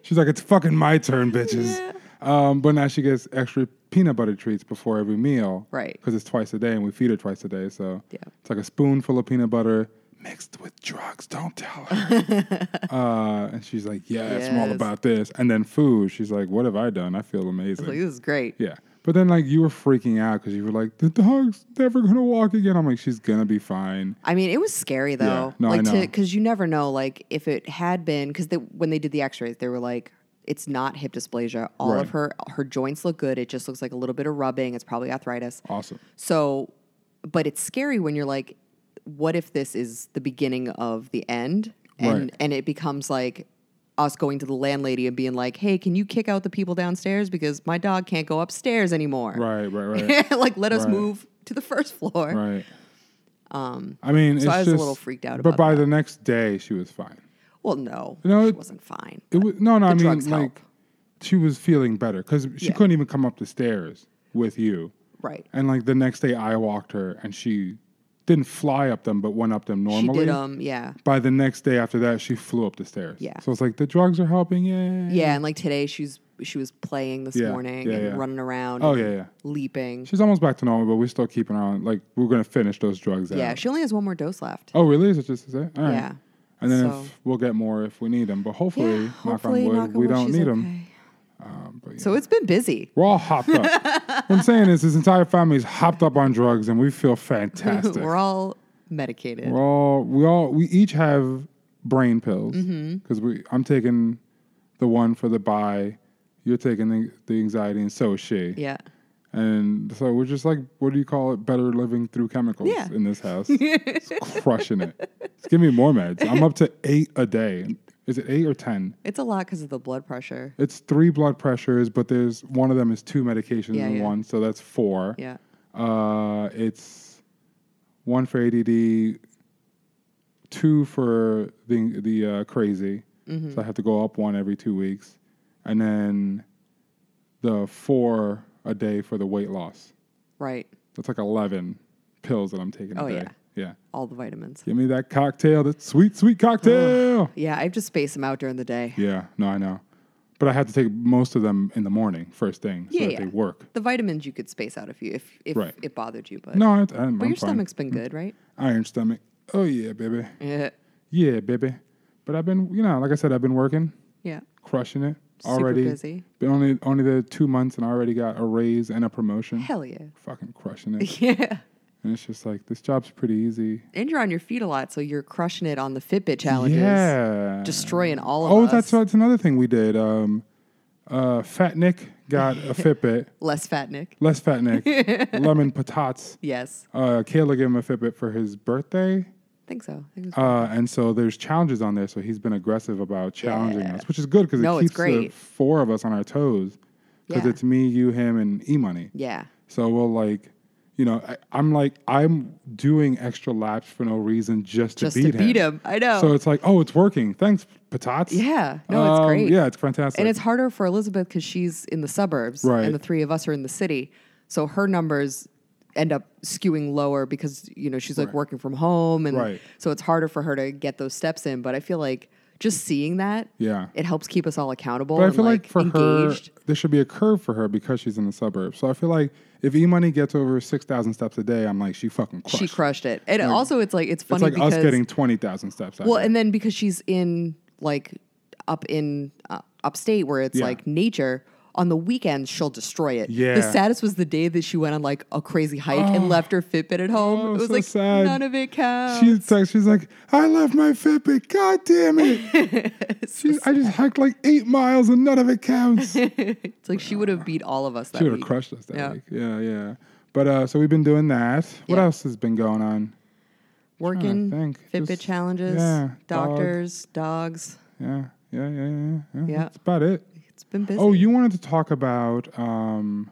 [SPEAKER 2] She's like, it's fucking my turn, bitches. Um, but now she gets extra peanut butter treats before every meal.
[SPEAKER 3] Right.
[SPEAKER 2] Because it's twice a day and we feed her twice a day. So
[SPEAKER 3] Yeah.
[SPEAKER 2] it's like a spoonful of peanut butter mixed with drugs. Don't tell her. uh, and she's like, yes, I'm all
[SPEAKER 3] Yes.
[SPEAKER 2] about this. And then food. She's like, what have I done? I feel amazing.
[SPEAKER 3] like, this is great.
[SPEAKER 2] yeah. But then, like, you were freaking out because you were like, the dog's never going to walk again. I'm like, she's going to be fine.
[SPEAKER 3] I mean, it was scary though.
[SPEAKER 2] No, I
[SPEAKER 3] like
[SPEAKER 2] know.
[SPEAKER 3] because you never know. Like if it had been because they, when they did the X-rays, they were like, "It's not hip dysplasia. All
[SPEAKER 2] Right.
[SPEAKER 3] of her her joints look good. It just looks like a little bit of rubbing. It's probably arthritis."
[SPEAKER 2] Awesome.
[SPEAKER 3] So, but it's scary when you're like, "What if this is the beginning of the end?" And
[SPEAKER 2] Right.
[SPEAKER 3] and it becomes like us going to the landlady and being like, "Hey, can you kick out the people downstairs because my dog can't go upstairs anymore?"
[SPEAKER 2] Right, right, right.
[SPEAKER 3] like let us
[SPEAKER 2] Right.
[SPEAKER 3] move to the first floor.
[SPEAKER 2] right. Um, I mean,
[SPEAKER 3] so
[SPEAKER 2] it's
[SPEAKER 3] I was a
[SPEAKER 2] just-
[SPEAKER 3] little freaked out
[SPEAKER 2] But
[SPEAKER 3] about
[SPEAKER 2] by
[SPEAKER 3] that.
[SPEAKER 2] the next day, she was fine.
[SPEAKER 3] Well, no,
[SPEAKER 2] No,
[SPEAKER 3] she
[SPEAKER 2] it-
[SPEAKER 3] wasn't fine.
[SPEAKER 2] It was no, no. I mean,
[SPEAKER 3] drugs
[SPEAKER 2] like
[SPEAKER 3] help.
[SPEAKER 2] she was feeling better because she
[SPEAKER 3] Yeah.
[SPEAKER 2] couldn't even come up the stairs with you.
[SPEAKER 3] Right.
[SPEAKER 2] And like the next day, I walked her, and she didn't fly up them, but went up them
[SPEAKER 3] She
[SPEAKER 2] normally.
[SPEAKER 3] did um yeah.
[SPEAKER 2] By the next day after that, she flew up the stairs.
[SPEAKER 3] Yeah.
[SPEAKER 2] So it's like the drugs are helping. Yeah.
[SPEAKER 3] Yeah, and like today she's she was playing this
[SPEAKER 2] Yeah,
[SPEAKER 3] morning
[SPEAKER 2] yeah,
[SPEAKER 3] and
[SPEAKER 2] yeah.
[SPEAKER 3] running around.
[SPEAKER 2] Oh
[SPEAKER 3] and
[SPEAKER 2] yeah, yeah.
[SPEAKER 3] Leaping.
[SPEAKER 2] She's almost back to normal, but we're still keeping her on. Like we're gonna finish those drugs out.
[SPEAKER 3] yeah, she only has one more dose left.
[SPEAKER 2] Oh really? Is it just is it? All right.
[SPEAKER 3] Yeah.
[SPEAKER 2] And then
[SPEAKER 3] So-
[SPEAKER 2] if we'll get more if we need them, but hopefully,
[SPEAKER 3] yeah,
[SPEAKER 2] knock
[SPEAKER 3] hopefully,
[SPEAKER 2] on wood,
[SPEAKER 3] knock on
[SPEAKER 2] we
[SPEAKER 3] wood,
[SPEAKER 2] don't
[SPEAKER 3] she's
[SPEAKER 2] need
[SPEAKER 3] okay.
[SPEAKER 2] them. But yeah.
[SPEAKER 3] So it's been busy.
[SPEAKER 2] We're all hopped up. what I'm saying is, this entire family is hopped up on drugs, and we feel fantastic.
[SPEAKER 3] We're all medicated.
[SPEAKER 2] We're all- we all, we each have brain pills
[SPEAKER 3] Mm-hmm.
[SPEAKER 2] because we. I'm taking the one for the bi. You're taking the, the anxiety, and so is she.
[SPEAKER 3] yeah.
[SPEAKER 2] And so we're just like, what do you call it? Better living through chemicals
[SPEAKER 3] Yeah.
[SPEAKER 2] in this house. It's crushing it. It's giving me more meds. I'm up to eight a day. Is it eight or ten?
[SPEAKER 3] It's a lot because of the blood pressure.
[SPEAKER 2] It's three blood pressures, but there's one of them is two medications
[SPEAKER 3] Yeah,
[SPEAKER 2] in
[SPEAKER 3] yeah.
[SPEAKER 2] one, so that's four.
[SPEAKER 3] Yeah.
[SPEAKER 2] Uh, it's one for ADD, two for the the uh, crazy.
[SPEAKER 3] Mm-hmm.
[SPEAKER 2] So I have to go up one every two weeks, and then the four a day for the weight loss.
[SPEAKER 3] Right.
[SPEAKER 2] That's like eleven pills that I'm taking
[SPEAKER 3] Oh,
[SPEAKER 2] a day.
[SPEAKER 3] yeah. All the vitamins. Yeah.
[SPEAKER 2] Give me that cocktail, that sweet sweet cocktail.
[SPEAKER 3] I have to space them out during the day.
[SPEAKER 2] Yeah, no, I know. But I have to take most of them in the morning, first thing, so
[SPEAKER 3] Yeah,
[SPEAKER 2] that
[SPEAKER 3] yeah.
[SPEAKER 2] they work.
[SPEAKER 3] The vitamins you could space out if you if if
[SPEAKER 2] Right.
[SPEAKER 3] it bothered you, but
[SPEAKER 2] No, I, I'm, but I'm
[SPEAKER 3] but your
[SPEAKER 2] fine. Mm.
[SPEAKER 3] stomach's been good, right?
[SPEAKER 2] iron stomach. Oh yeah, baby.
[SPEAKER 3] Yeah.
[SPEAKER 2] Yeah, baby. But I've been, you know, like I said, I've been working,
[SPEAKER 3] Yeah.
[SPEAKER 2] crushing it
[SPEAKER 3] Super
[SPEAKER 2] already.
[SPEAKER 3] busy.
[SPEAKER 2] Been only only the two months and I already got a raise and a promotion.
[SPEAKER 3] Hell yeah.
[SPEAKER 2] Fucking crushing it.
[SPEAKER 3] Yeah.
[SPEAKER 2] and it's just like this job's pretty easy.
[SPEAKER 3] And you're on your feet a lot, so you're crushing it on the Fitbit challenges.
[SPEAKER 2] Yeah.
[SPEAKER 3] Destroying all of
[SPEAKER 2] oh,
[SPEAKER 3] us.
[SPEAKER 2] that's that's another thing we did. Um, uh, Fat Nick got a Fitbit.
[SPEAKER 3] Less fat, Nick.
[SPEAKER 2] Less Fat Nick. Lemon Patats.
[SPEAKER 3] Yes.
[SPEAKER 2] Uh, Kayla gave him a Fitbit for his birthday.
[SPEAKER 3] I think so. I think it was-
[SPEAKER 2] Uh, and so there's challenges on there. So he's been aggressive about challenging
[SPEAKER 3] Yeah.
[SPEAKER 2] us, which is good because
[SPEAKER 3] No,
[SPEAKER 2] it
[SPEAKER 3] it's
[SPEAKER 2] keeps the
[SPEAKER 3] great.
[SPEAKER 2] four of us on our toes. Because
[SPEAKER 3] Yeah.
[SPEAKER 2] it's me, you, him, and E Money.
[SPEAKER 3] yeah.
[SPEAKER 2] So we'll like, you know, I, I'm like, I'm doing extra laps for no reason just to
[SPEAKER 3] Just
[SPEAKER 2] beat him.
[SPEAKER 3] to beat him. I know.
[SPEAKER 2] So it's like, oh, it's working. Thanks, Patats.
[SPEAKER 3] Yeah. No, it's
[SPEAKER 2] Um,
[SPEAKER 3] great.
[SPEAKER 2] Yeah, it's fantastic.
[SPEAKER 3] and it's harder for Elizabeth because she's in the suburbs,
[SPEAKER 2] Right.
[SPEAKER 3] and the three of us are in the city. So her numbers end up skewing lower because you know she's like
[SPEAKER 2] Right.
[SPEAKER 3] working from home, and
[SPEAKER 2] Right.
[SPEAKER 3] so it's harder for her to get those steps in. But I feel like just seeing that,
[SPEAKER 2] Yeah.
[SPEAKER 3] it helps keep us all accountable.
[SPEAKER 2] But I
[SPEAKER 3] and,
[SPEAKER 2] feel like, for
[SPEAKER 3] engaged.
[SPEAKER 2] her, there should be a curve for her because she's in the suburbs. So I feel like if E Money gets over 6,000 steps a day, I'm like, she fucking crushed.
[SPEAKER 3] she
[SPEAKER 2] it.
[SPEAKER 3] crushed it. And also, it's like
[SPEAKER 2] It's
[SPEAKER 3] it's funny
[SPEAKER 2] like
[SPEAKER 3] because
[SPEAKER 2] us getting 20,000 steps. I
[SPEAKER 3] Well,
[SPEAKER 2] think.
[SPEAKER 3] and then because she's in like up in uh, upstate where it's
[SPEAKER 2] Yeah.
[SPEAKER 3] like nature. On the weekends, she'll destroy it.
[SPEAKER 2] Yeah.
[SPEAKER 3] The saddest was the day that she went on like a crazy hike and left her Fitbit at home.
[SPEAKER 2] Oh,
[SPEAKER 3] it was
[SPEAKER 2] so
[SPEAKER 3] like
[SPEAKER 2] sad.
[SPEAKER 3] none of it counts.
[SPEAKER 2] She's like, she's like, I left my Fitbit. God damn it! She's, I just hiked like eight miles and none of it counts. she
[SPEAKER 3] it's like she would have beat all of us that
[SPEAKER 2] would have
[SPEAKER 3] week.
[SPEAKER 2] crushed us that
[SPEAKER 3] Yeah.
[SPEAKER 2] week. Yeah, yeah. But uh, so we've been doing that. What
[SPEAKER 3] Yeah.
[SPEAKER 2] else has been going on?
[SPEAKER 3] Working
[SPEAKER 2] think.
[SPEAKER 3] Fitbit
[SPEAKER 2] Just-
[SPEAKER 3] challenges,
[SPEAKER 2] yeah, dog.
[SPEAKER 3] doctors, dogs.
[SPEAKER 2] Yeah, yeah, yeah, yeah. Yeah.
[SPEAKER 3] Yeah.
[SPEAKER 2] That's about it.
[SPEAKER 3] It's been busy.
[SPEAKER 2] Oh, you wanted to talk about um,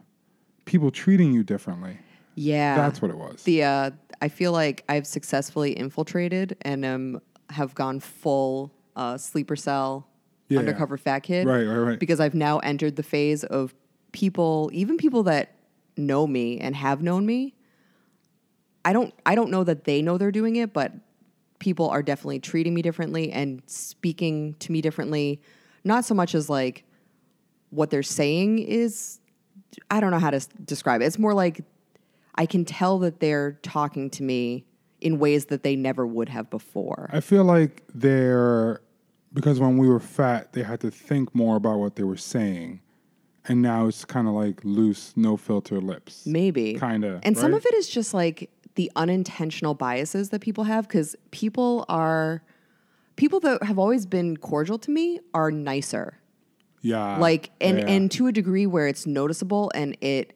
[SPEAKER 2] people treating you differently.
[SPEAKER 3] yeah.
[SPEAKER 2] That's what it was.
[SPEAKER 3] the uh, I feel like I've successfully infiltrated and um, have gone full uh, sleeper cell,
[SPEAKER 2] Yeah.
[SPEAKER 3] undercover fat kid.
[SPEAKER 2] Right, right, right.
[SPEAKER 3] Because I've now entered the phase of people, even people that know me and have known me. I don't, I don't know that they know they're doing it, but people are definitely treating me differently and speaking to me differently. Not so much as like what they're saying is I don't know how to s- describe it. It's more like I can tell that they're talking to me in ways that they never would have before.
[SPEAKER 2] I feel like they're because when we were fat, they had to think more about what they were saying, and now it's kind of like loose, no filter lips.
[SPEAKER 3] Maybe.
[SPEAKER 2] Kinda,
[SPEAKER 3] And some
[SPEAKER 2] right?
[SPEAKER 3] of it is just like the unintentional biases that people have because people are people that have always been cordial to me are nicer.
[SPEAKER 2] Yeah,
[SPEAKER 3] Like and
[SPEAKER 2] Ah, yeah.
[SPEAKER 3] and to a degree where it's noticeable and it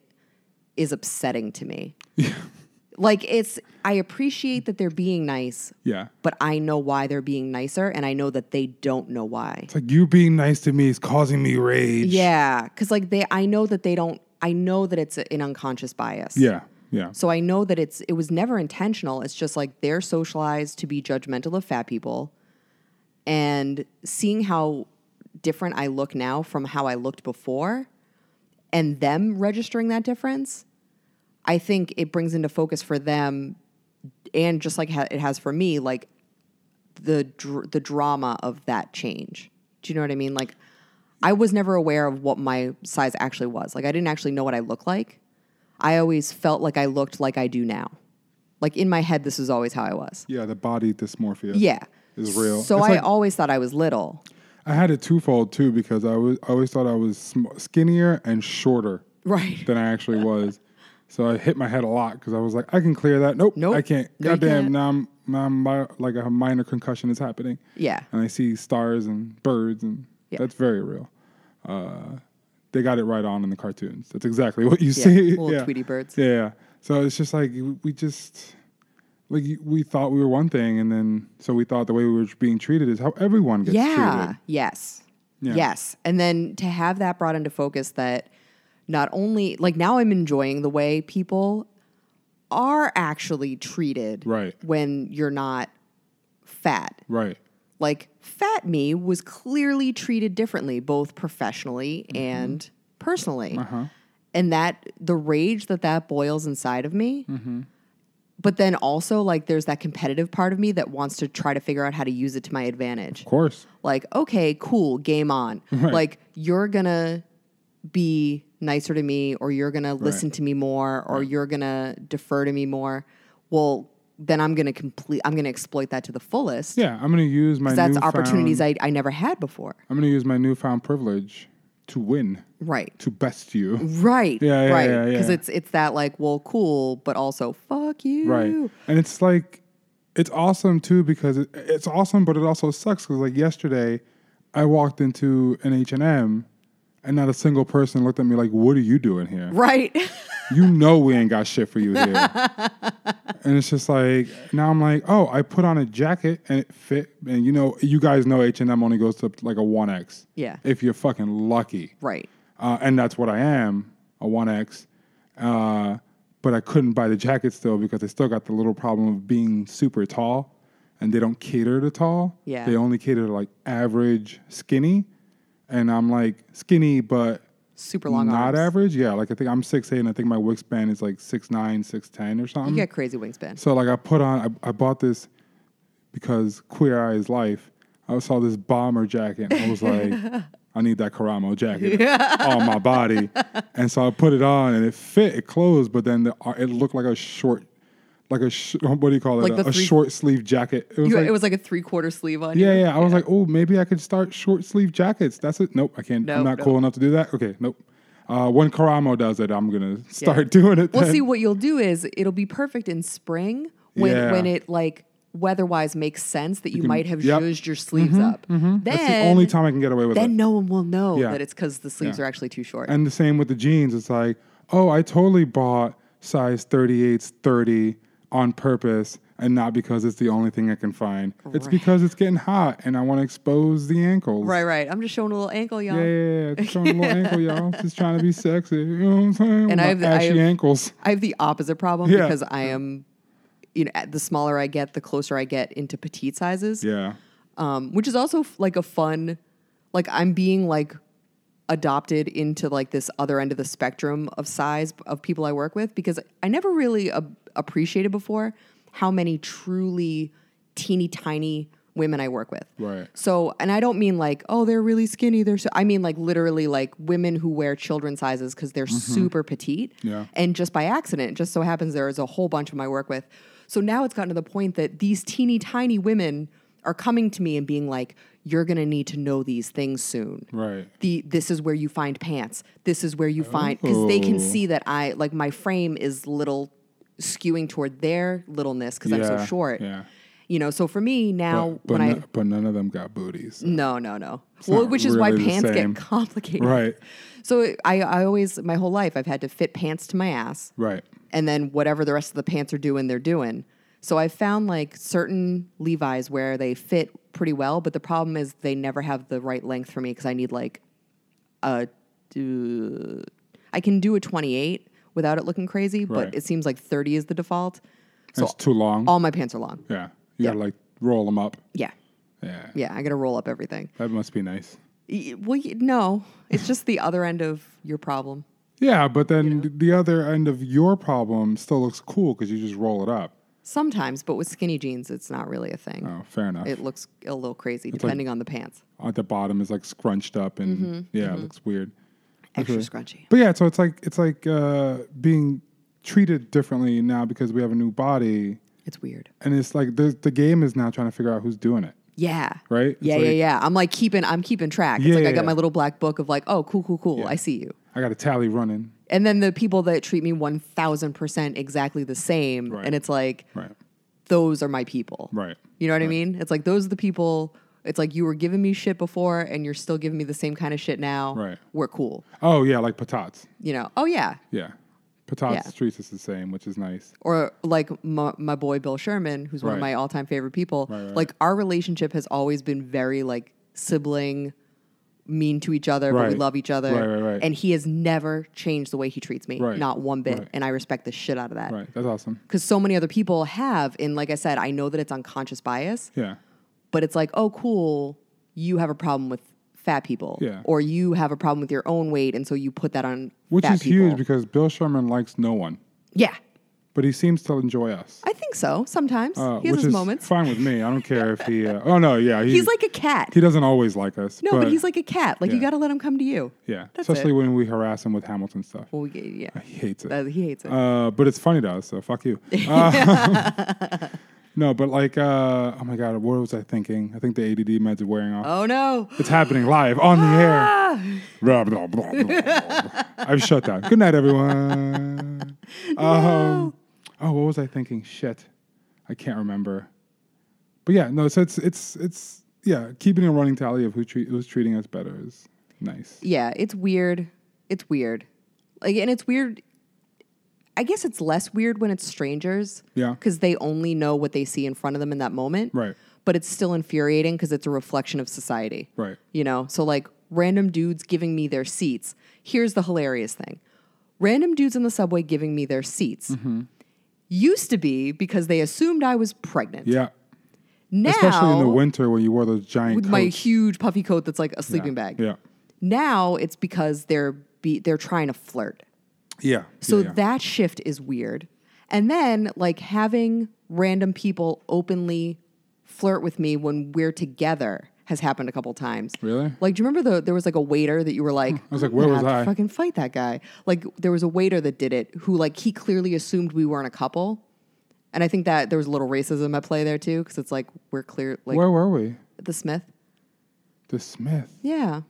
[SPEAKER 3] is upsetting to me. like it's I appreciate that they're being nice,
[SPEAKER 2] yeah.
[SPEAKER 3] but I know why they're being nicer and I know that they don't know why.
[SPEAKER 2] It's like you being nice to me is causing me rage.
[SPEAKER 3] Yeah, cuz like they I know that they don't I know that it's an unconscious bias.
[SPEAKER 2] yeah, yeah.
[SPEAKER 3] So I know that it's it was never intentional. It's just like they're socialized to be judgmental of fat people and seeing how different I look now from how I looked before and them registering that difference, I think it brings into focus for them and just like ha- it has for me like the dr- the drama of that change. Do you know what I mean? Like I was never aware of what my size actually was. Like I didn't actually know what I looked like. I always felt like I looked like I do now. Like in my head this is always how I was.
[SPEAKER 2] Yeah, the body dysmorphia.
[SPEAKER 3] Yeah.
[SPEAKER 2] Is real.
[SPEAKER 3] So
[SPEAKER 2] It's
[SPEAKER 3] I
[SPEAKER 2] like-
[SPEAKER 3] always thought I was little.
[SPEAKER 2] I had it twofold too because I was I always thought I was sm- skinnier and shorter
[SPEAKER 3] Right.
[SPEAKER 2] than I actually was. So I hit my head a lot because I was like, I can clear that. Nope,
[SPEAKER 3] Nope.
[SPEAKER 2] I can't.
[SPEAKER 3] No, you can't.
[SPEAKER 2] Goddamn, now I'm, now I'm mi- like a minor concussion is happening.
[SPEAKER 3] Yeah.
[SPEAKER 2] and I see stars and birds, and
[SPEAKER 3] Yeah.
[SPEAKER 2] that's very real. Uh, they got it right on in the cartoons. That's exactly what you see.
[SPEAKER 3] little Tweety birds.
[SPEAKER 2] Yeah, yeah. So it's just like we just like we thought we were one thing, and then so we thought the way we were being treated is how everyone gets
[SPEAKER 3] yeah.
[SPEAKER 2] treated.
[SPEAKER 3] Yes.
[SPEAKER 2] Yeah.
[SPEAKER 3] Yes. And then to have that brought into focus that not only like now I'm enjoying the way people are actually treated
[SPEAKER 2] Right.
[SPEAKER 3] when you're not fat.
[SPEAKER 2] Right.
[SPEAKER 3] Like fat me was clearly treated differently both professionally
[SPEAKER 2] Mm-hmm.
[SPEAKER 3] and personally.
[SPEAKER 2] Uh-huh.
[SPEAKER 3] And that the rage that that boils inside of me
[SPEAKER 2] Mm-hmm.
[SPEAKER 3] But then also, like, there's that competitive part of me that wants to try to figure out how to use it to my advantage
[SPEAKER 2] Of course.
[SPEAKER 3] like, okay, cool, game on. Like, you're gonna be nicer to me, or you're gonna listen to me more, or you're gonna defer to me more. Well, then I'm gonna complete. I'm gonna exploit that to the fullest.
[SPEAKER 2] Yeah, I'm gonna use my
[SPEAKER 3] 'cause That's
[SPEAKER 2] newfound-
[SPEAKER 3] opportunities I, I never had before.
[SPEAKER 2] I'm gonna use my newfound privilege to win,
[SPEAKER 3] Right.
[SPEAKER 2] to best you.
[SPEAKER 3] Right.
[SPEAKER 2] Yeah, yeah,
[SPEAKER 3] right.
[SPEAKER 2] yeah, yeah.
[SPEAKER 3] it's it's that like, well, cool, but also fuck you.
[SPEAKER 2] Right. And it's like, it's awesome too because it, it's awesome, but it also sucks because like yesterday, I walked into an H and M, and not a single person looked at me like, "What are you doing here?
[SPEAKER 3] Right.
[SPEAKER 2] You know we ain't got shit for you here." and it's just like now I'm like, oh, I put on a jacket and it fit, and you know, you guys know H and M only goes to like a one X.
[SPEAKER 3] Yeah.
[SPEAKER 2] If you're fucking lucky.
[SPEAKER 3] right.
[SPEAKER 2] uh, and that's what I am, a 1X. Uh, but I couldn't buy the jacket still because they still got the little problem of being super tall, and they don't cater to tall.
[SPEAKER 3] Yeah.
[SPEAKER 2] They only cater to like average skinny, and I'm like skinny but
[SPEAKER 3] Super long
[SPEAKER 2] not
[SPEAKER 3] arms.
[SPEAKER 2] average. Yeah, like I think I'm 6'8", and I think my wingspan is like 6'9", 6'10", or something.
[SPEAKER 3] You get crazy wingspan.
[SPEAKER 2] So like I put on, I, I bought this because Queer Eye is Life. I saw this bomber jacket and I was like, I need that Karamo jacket on my body. And so I put it on and it fit, it closed, but then the, ar- it looked like a short, like a, sh- what do you call it?
[SPEAKER 3] Like
[SPEAKER 2] a
[SPEAKER 3] the
[SPEAKER 2] a
[SPEAKER 3] three-
[SPEAKER 2] short sleeve jacket. It was
[SPEAKER 3] You,
[SPEAKER 2] like,
[SPEAKER 3] it was like a three quarter sleeve on
[SPEAKER 2] yeah,
[SPEAKER 3] you.
[SPEAKER 2] yeah. I was like, oh, maybe I could start short sleeve jackets. That's it. Nope, I can't.
[SPEAKER 3] No,
[SPEAKER 2] I'm not
[SPEAKER 3] no.
[SPEAKER 2] cool enough to do that. Okay, nope. Uh, when Karamo does it, I'm going to start doing it.
[SPEAKER 3] Well,
[SPEAKER 2] then.
[SPEAKER 3] see, what you'll do is it'll be perfect in spring when
[SPEAKER 2] Yeah.
[SPEAKER 3] when it like weatherwise makes sense that you, might have
[SPEAKER 2] yep. Mm-hmm,
[SPEAKER 3] zhuzhed your sleeves up. Then
[SPEAKER 2] That's the only time I can get away with it.
[SPEAKER 3] then no one will know
[SPEAKER 2] Yeah.
[SPEAKER 3] that it's because the sleeves
[SPEAKER 2] Yeah.
[SPEAKER 3] are actually too short.
[SPEAKER 2] And the same with the jeans. It's like, oh, I totally bought size 38's 30 on purpose and not because it's the only thing I can find. It's
[SPEAKER 3] Right.
[SPEAKER 2] because it's getting hot and I want to expose the ankles.
[SPEAKER 3] right, right. I'm just showing a little ankle, y'all.
[SPEAKER 2] Yeah, yeah, yeah. Just showing a little ankle, y'all. Just trying to be sexy. You know what I'm saying?
[SPEAKER 3] And
[SPEAKER 2] My
[SPEAKER 3] I have the- I
[SPEAKER 2] ashy
[SPEAKER 3] have-
[SPEAKER 2] ankles.
[SPEAKER 3] I have the opposite problem
[SPEAKER 2] Yeah.
[SPEAKER 3] because I am you know, the smaller I get, the closer I get into petite sizes.
[SPEAKER 2] Yeah.
[SPEAKER 3] um, which is also f- like a fun, like I'm being like adopted into like this other end of the spectrum of size of people I work with because I never really a- appreciated before how many truly teeny tiny women I work with.
[SPEAKER 2] Right.
[SPEAKER 3] So, and I don't mean like, oh, they're really skinny. They're so, I mean like literally like women who wear children sizes because they're super petite.
[SPEAKER 2] Mm-hmm. Yeah.
[SPEAKER 3] And just by accident, it just so happens there is a whole bunch of my work with. So now it's gotten to the point that these teeny tiny women are coming to me and being like, you're going to need to know these things soon.
[SPEAKER 2] Right.
[SPEAKER 3] The, this is where you find pants. This is where you find, because they can
[SPEAKER 2] Oh.
[SPEAKER 3] see that I, like, my frame is little skewing toward their littleness because I'm so
[SPEAKER 2] Yeah,
[SPEAKER 3] short.
[SPEAKER 2] yeah.
[SPEAKER 3] You know, so for me now,
[SPEAKER 2] but, but,
[SPEAKER 3] when I.
[SPEAKER 2] no- but none of them got booties.
[SPEAKER 3] No, no, no. Well,
[SPEAKER 2] not
[SPEAKER 3] which is why
[SPEAKER 2] really the
[SPEAKER 3] pants
[SPEAKER 2] same.
[SPEAKER 3] get complicated.
[SPEAKER 2] Right.
[SPEAKER 3] So it- I, I always, my whole life, I've had to fit pants to my ass,
[SPEAKER 2] Right.
[SPEAKER 3] and then whatever the rest of the pants are doing, they're doing. So I found like certain Levi's where they fit pretty well, but the problem is they never have the right length for me because I need like a, uh, I can do a 28 without it looking crazy,
[SPEAKER 2] Right.
[SPEAKER 3] but it seems like 30 is the default. So
[SPEAKER 2] It's too long.
[SPEAKER 3] all my pants are long.
[SPEAKER 2] yeah. You
[SPEAKER 3] Yeah.
[SPEAKER 2] gotta like roll them up.
[SPEAKER 3] Yeah.
[SPEAKER 2] Yeah.
[SPEAKER 3] Yeah. I got to roll up everything.
[SPEAKER 2] That must be nice.
[SPEAKER 3] Y- Well, y- no, it's just the other end of your problem.
[SPEAKER 2] Yeah, but then th- the other end of your problem still looks cool because you just roll it up.
[SPEAKER 3] Sometimes, but with skinny jeans, it's not really a thing.
[SPEAKER 2] Oh, fair enough.
[SPEAKER 3] It looks a little crazy depending on the pants.
[SPEAKER 2] At the bottom is like scrunched up and
[SPEAKER 3] Mm-hmm,
[SPEAKER 2] yeah, it looks weird.
[SPEAKER 3] Extra
[SPEAKER 2] Okay.
[SPEAKER 3] scrunchy.
[SPEAKER 2] But yeah, so it's like it's like uh, being treated differently now because we have a new body,
[SPEAKER 3] It's weird.
[SPEAKER 2] and it's like the the game is now trying to figure out who's doing it.
[SPEAKER 3] Yeah.
[SPEAKER 2] Right? It's
[SPEAKER 3] Yeah, yeah,
[SPEAKER 2] like-
[SPEAKER 3] yeah. I'm like keeping I'm keeping track. It's
[SPEAKER 2] Yeah,
[SPEAKER 3] like
[SPEAKER 2] yeah,
[SPEAKER 3] I got
[SPEAKER 2] yeah.
[SPEAKER 3] my little black book of like, oh, cool, cool, cool. I see you.
[SPEAKER 2] I got a tally running.
[SPEAKER 3] And then the people that treat me 1000% exactly the same
[SPEAKER 2] Right.
[SPEAKER 3] and it's like
[SPEAKER 2] Right.
[SPEAKER 3] those are my people.
[SPEAKER 2] Right.
[SPEAKER 3] You know what I mean? It's like those are the people it's like you were giving me shit before and you're still giving me the same kind of shit now.
[SPEAKER 2] Right.
[SPEAKER 3] We're cool.
[SPEAKER 2] Oh yeah, like patats.
[SPEAKER 3] You know. Oh yeah.
[SPEAKER 2] Yeah, patats
[SPEAKER 3] Yeah.
[SPEAKER 2] treats us the same, which is nice.
[SPEAKER 3] or like my, my boy Bill Sherman, who's one of
[SPEAKER 2] Right.
[SPEAKER 3] my all-time favorite people.
[SPEAKER 2] Right, right,
[SPEAKER 3] Like our relationship has always been very like sibling, mean to each other, but we
[SPEAKER 2] Right.
[SPEAKER 3] love each other.
[SPEAKER 2] Right, right, right.
[SPEAKER 3] And he has never changed the way he treats me,
[SPEAKER 2] Right,
[SPEAKER 3] not one bit.
[SPEAKER 2] right.
[SPEAKER 3] And I respect the shit out of that.
[SPEAKER 2] Right. That's awesome.
[SPEAKER 3] Because so many other people have, and like I said, I know that it's unconscious bias,
[SPEAKER 2] Yeah.
[SPEAKER 3] but it's like, oh, cool, you have a problem with fat people,
[SPEAKER 2] Yeah.
[SPEAKER 3] or you have a problem with your own weight, and so you put that on
[SPEAKER 2] Which
[SPEAKER 3] fat
[SPEAKER 2] is
[SPEAKER 3] people.
[SPEAKER 2] huge because Bill Sherman likes no one,
[SPEAKER 3] yeah,
[SPEAKER 2] but he seems to enjoy us.
[SPEAKER 3] I think so. Sometimes
[SPEAKER 2] Uh,
[SPEAKER 3] he has
[SPEAKER 2] which
[SPEAKER 3] his
[SPEAKER 2] is
[SPEAKER 3] moments.
[SPEAKER 2] fine with me. I don't care if he. Uh, oh no, yeah, he,
[SPEAKER 3] He's like a cat.
[SPEAKER 2] he doesn't always like us.
[SPEAKER 3] No, but, he's like a cat. Like you
[SPEAKER 2] yeah.
[SPEAKER 3] got to let him come to you.
[SPEAKER 2] yeah,
[SPEAKER 3] that's
[SPEAKER 2] especially
[SPEAKER 3] it.
[SPEAKER 2] when we harass him with Hamilton stuff.
[SPEAKER 3] Well, we, yeah,
[SPEAKER 2] He hates it.
[SPEAKER 3] Uh, he hates it.
[SPEAKER 2] Uh, but it's funny to us, so fuck you. Uh, no, but like, uh, oh my god, what was I thinking? I think the ADD meds are wearing off.
[SPEAKER 3] oh no! Ah.
[SPEAKER 2] It's happening live on the air. Blah, blah, blah, blah. I've shut down. Good night, everyone. Um, oh, what was I thinking? Shit, I can't remember. But yeah, no. So it's it's it's yeah, keeping a running tally of who treat, who's treating us better is nice.
[SPEAKER 3] Yeah, it's weird. It's weird. Like, and it's weird. I guess it's less weird when it's strangers.
[SPEAKER 2] Yeah.
[SPEAKER 3] because they only know what they see in front of them in that moment.
[SPEAKER 2] Right.
[SPEAKER 3] But it's still infuriating because it's a reflection of society.
[SPEAKER 2] Right.
[SPEAKER 3] You know, so like random dudes giving me their seats. Here's the hilarious thing random dudes in the subway giving me their seats
[SPEAKER 2] Mm-hmm.
[SPEAKER 3] used to be because they assumed I was pregnant.
[SPEAKER 2] Yeah,
[SPEAKER 3] Now,
[SPEAKER 2] especially in the winter when you wear those giant
[SPEAKER 3] with my
[SPEAKER 2] coats.
[SPEAKER 3] huge puffy coat that's like a
[SPEAKER 2] Yeah.
[SPEAKER 3] sleeping bag.
[SPEAKER 2] Yeah,
[SPEAKER 3] Now it's because they're be, they're trying to flirt.
[SPEAKER 2] yeah.
[SPEAKER 3] So
[SPEAKER 2] yeah, yeah.
[SPEAKER 3] that shift is weird. And then like having random people openly flirt with me when we're together has happened a couple times.
[SPEAKER 2] Really?
[SPEAKER 3] Like, do you remember the there was like a waiter that you were like, I
[SPEAKER 2] was like, where was I?"
[SPEAKER 3] Fucking fight that guy. Like, there was a waiter that did it who like he clearly assumed we weren't a couple, and I think that there was a little racism at play there too because it's like we're clear like
[SPEAKER 2] Where were we?
[SPEAKER 3] the Smith.
[SPEAKER 2] The Smith.
[SPEAKER 3] Yeah,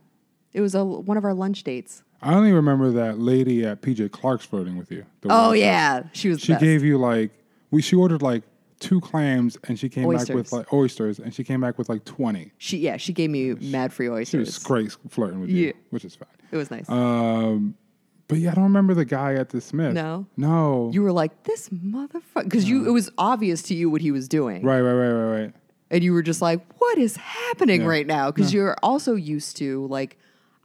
[SPEAKER 3] it was a one of our lunch dates.
[SPEAKER 2] I only remember that lady at PJ Clark's flirting with you. The
[SPEAKER 3] Oh
[SPEAKER 2] waitress.
[SPEAKER 3] yeah, she was. the
[SPEAKER 2] She
[SPEAKER 3] best.
[SPEAKER 2] gave you like we she ordered like two clams and she came back with
[SPEAKER 3] Oysters.
[SPEAKER 2] like oysters and she came back with like twenty.
[SPEAKER 3] She yeah, she gave me mad free
[SPEAKER 2] She was
[SPEAKER 3] oysters.
[SPEAKER 2] great flirting with
[SPEAKER 3] Yeah.
[SPEAKER 2] you, which is fine.
[SPEAKER 3] It was nice.
[SPEAKER 2] Um, but yeah, I don't remember the guy at the Smith.
[SPEAKER 3] No?
[SPEAKER 2] no,
[SPEAKER 3] you were like this motherfucker because you it was obvious to you what he was doing,
[SPEAKER 2] Uh, right, right, right, right, right.
[SPEAKER 3] and you were just like, what is happening
[SPEAKER 2] Yeah.
[SPEAKER 3] right now? Because you're also used to like.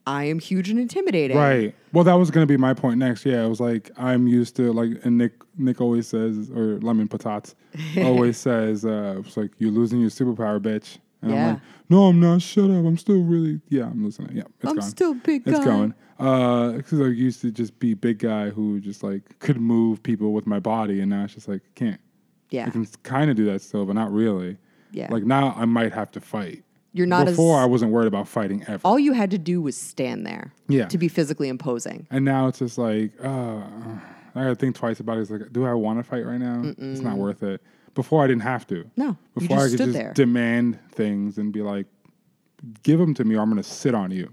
[SPEAKER 3] I am huge and intimidating.
[SPEAKER 2] Right. Well, that was going to be my point next. Yeah, it was like I'm used to like, and Nick Nick always says, or Lemon Patats always says, uh, it's like you're losing your superpower, bitch. And
[SPEAKER 3] Yeah.
[SPEAKER 2] I'm like, no, I'm not. Shut up. I'm still really. Yeah, I'm losing it. Yeah, it's
[SPEAKER 3] I'm
[SPEAKER 2] gone.
[SPEAKER 3] still big
[SPEAKER 2] It's
[SPEAKER 3] guy.
[SPEAKER 2] going. Because I used to just be big guy who just like could move people with my body, and now it's just like can't.
[SPEAKER 3] Yeah.
[SPEAKER 2] I can kind of do that still, but not really.
[SPEAKER 3] Yeah.
[SPEAKER 2] Like now, I might have to fight.
[SPEAKER 3] You're not as-
[SPEAKER 2] before. I wasn't worried about fighting ever.
[SPEAKER 3] All you had to do was stand there.
[SPEAKER 2] Yeah.
[SPEAKER 3] To be physically imposing.
[SPEAKER 2] And now it's just like, uh, I gotta think twice about it. It's like, do I want to fight right now? It's not worth it. Before I didn't have to.
[SPEAKER 3] No, you
[SPEAKER 2] Before
[SPEAKER 3] just
[SPEAKER 2] I could
[SPEAKER 3] stood
[SPEAKER 2] just
[SPEAKER 3] there.
[SPEAKER 2] demand things and be like, give them to me, or I'm gonna sit on you.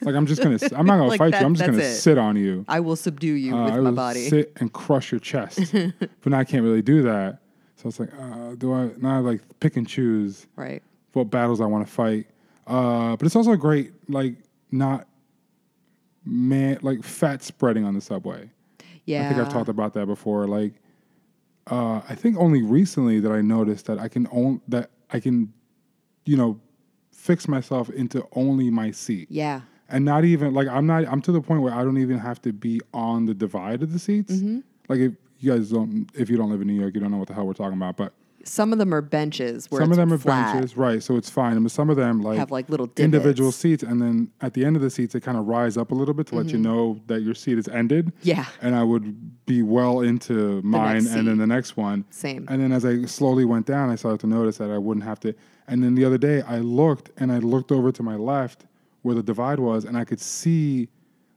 [SPEAKER 2] like I'm just gonna, I'm not gonna
[SPEAKER 3] Like
[SPEAKER 2] fight
[SPEAKER 3] that-
[SPEAKER 2] you. I'm just
[SPEAKER 3] that's
[SPEAKER 2] gonna
[SPEAKER 3] it.
[SPEAKER 2] sit on you.
[SPEAKER 3] I will subdue you
[SPEAKER 2] Uh,
[SPEAKER 3] with
[SPEAKER 2] I
[SPEAKER 3] my
[SPEAKER 2] would
[SPEAKER 3] body.
[SPEAKER 2] sit and crush your chest. but now I can't really do that. So it's like, uh, do I now I like pick and choose?
[SPEAKER 3] Right.
[SPEAKER 2] what battles I want to fight. Uh, but it's also great, like not man, like fat spreading on the subway.
[SPEAKER 3] Yeah.
[SPEAKER 2] I think I've talked about that before. Like, uh, I think only recently that I noticed that I can own that I can, you know, fix myself into only my seat.
[SPEAKER 3] Yeah.
[SPEAKER 2] And not even like I'm not I'm to the point where I don't even have to be on the divide of the seats.
[SPEAKER 3] Mm-hmm.
[SPEAKER 2] Like if you guys don't if you don't live in New York, you don't know what the hell we're talking about. But
[SPEAKER 3] Some of them are benches where
[SPEAKER 2] some of
[SPEAKER 3] it's
[SPEAKER 2] them are
[SPEAKER 3] flat.
[SPEAKER 2] benches, right? So it's fine. But some of them like
[SPEAKER 3] Have, like, little
[SPEAKER 2] individual
[SPEAKER 3] divots.
[SPEAKER 2] seats, and then at the end of the seats, they kind of rise up a little bit to let you know that your seat is ended.
[SPEAKER 3] Mm-hmm. Yeah.
[SPEAKER 2] and I would be well into mine,
[SPEAKER 3] seat.
[SPEAKER 2] and then the next one.
[SPEAKER 3] Same.
[SPEAKER 2] And then as I slowly went down, I started to notice that I wouldn't have to. And then the other day, I looked and I looked over to my left where the divide was, and I could see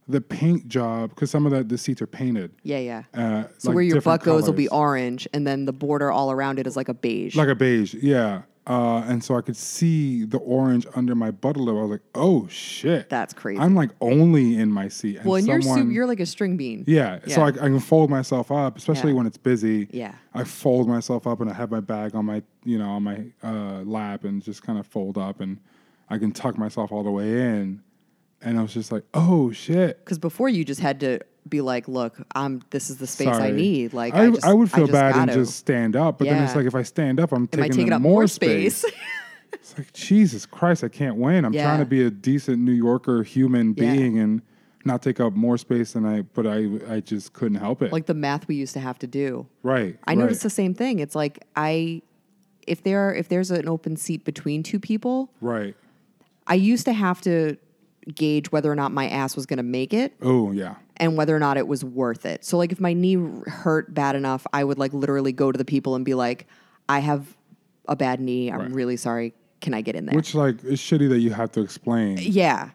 [SPEAKER 2] the paint job because some of the, the seats are painted.
[SPEAKER 3] Yeah, yeah.
[SPEAKER 2] Uh,
[SPEAKER 3] so
[SPEAKER 2] like
[SPEAKER 3] where your butt
[SPEAKER 2] different
[SPEAKER 3] goes will be
[SPEAKER 2] colors.
[SPEAKER 3] orange, and then the border all around it is like a beige.
[SPEAKER 2] Like a beige, yeah. Uh, and so I could see the orange under my butt a little. I was like, "Oh shit,
[SPEAKER 3] That's crazy.
[SPEAKER 2] I'm like only in my seat. And
[SPEAKER 3] well, and you're
[SPEAKER 2] someone-
[SPEAKER 3] soup, you're like a string bean.
[SPEAKER 2] yeah, So
[SPEAKER 3] Yeah.
[SPEAKER 2] I, I can fold myself up, especially
[SPEAKER 3] Yeah.
[SPEAKER 2] when it's busy.
[SPEAKER 3] Yeah.
[SPEAKER 2] I fold myself up and I have my bag on my you know on my uh, lap and just kind of fold up and I can tuck myself all the way in. And I was just like, "Oh shit,
[SPEAKER 3] Because before you just had to be like, look, I'm. This is the space I
[SPEAKER 2] Sorry.
[SPEAKER 3] need. Like I, just,
[SPEAKER 2] I would feel
[SPEAKER 3] just
[SPEAKER 2] bad and
[SPEAKER 3] gotta.
[SPEAKER 2] just stand up, but then it's
[SPEAKER 3] Yeah.
[SPEAKER 2] like if I stand up, I'm
[SPEAKER 3] Am I
[SPEAKER 2] taking,
[SPEAKER 3] taking
[SPEAKER 2] up more, space.
[SPEAKER 3] space?
[SPEAKER 2] it's like Jesus Christ, I can't win. I'm
[SPEAKER 3] Yeah.
[SPEAKER 2] trying to be a decent New Yorker human
[SPEAKER 3] Yeah.
[SPEAKER 2] being and not take up more space than I. But I, I just couldn't help it.
[SPEAKER 3] like the math we used to have to do.
[SPEAKER 2] right,
[SPEAKER 3] I
[SPEAKER 2] right.
[SPEAKER 3] noticed the same thing. It's like I, if there if there's an open seat between two people,
[SPEAKER 2] Right.
[SPEAKER 3] I used to have to gauge whether or not my ass was going to make it
[SPEAKER 2] Oh yeah.
[SPEAKER 3] and whether or not it was worth it. So like if my knee hurt bad enough, I would like literally go to the people and be like, "I have a bad knee. I'm
[SPEAKER 2] Right.
[SPEAKER 3] really sorry. Can I get in there?"
[SPEAKER 2] Which like is shitty that you have to explain.
[SPEAKER 3] yeah.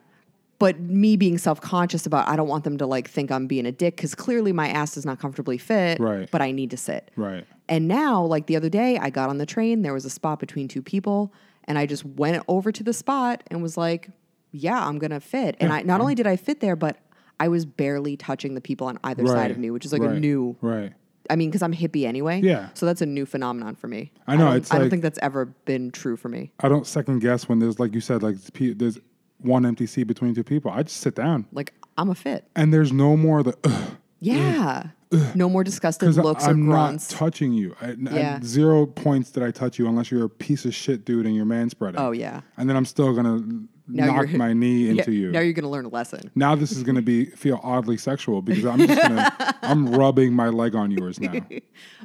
[SPEAKER 3] But me being self-conscious about I don't want them to like think I'm being a dick cuz clearly my ass does not comfortably fit,
[SPEAKER 2] Right.
[SPEAKER 3] but I need to sit.
[SPEAKER 2] Right.
[SPEAKER 3] And now, like the other day, I got on the train, there was a spot between two people, and I just went over to the spot and was like, yeah, I'm gonna fit. And I not only did I fit there, but I was barely touching the people on either
[SPEAKER 2] Right.
[SPEAKER 3] side of me, which is like a
[SPEAKER 2] right,
[SPEAKER 3] new
[SPEAKER 2] Right.
[SPEAKER 3] I mean, because I'm hippie anyway.
[SPEAKER 2] Yeah.
[SPEAKER 3] So that's a new phenomenon for me.
[SPEAKER 2] I know,
[SPEAKER 3] don't,
[SPEAKER 2] it's
[SPEAKER 3] I don't
[SPEAKER 2] like-
[SPEAKER 3] think that's ever been true for me.
[SPEAKER 2] I don't second guess when there's like you said like pe- there's one empty seat between two people. I just sit down
[SPEAKER 3] Like I'm a fit.
[SPEAKER 2] and there's no more the. Ugh,
[SPEAKER 3] Yeah. No more disgusted
[SPEAKER 2] 'Cause
[SPEAKER 3] looks or
[SPEAKER 2] I'm
[SPEAKER 3] grunts.
[SPEAKER 2] not touching you. I, I-
[SPEAKER 3] Yeah.
[SPEAKER 2] zero points that I touch you unless you're a piece of shit dude and you're manspreading.
[SPEAKER 3] Oh, yeah.
[SPEAKER 2] And then I'm still gonna knock
[SPEAKER 3] you're-
[SPEAKER 2] my knee
[SPEAKER 3] Yeah,
[SPEAKER 2] into you.
[SPEAKER 3] Now you're gonna learn a lesson.
[SPEAKER 2] now this is gonna be feel oddly sexual because I'm just gonna I'm rubbing my leg on yours now.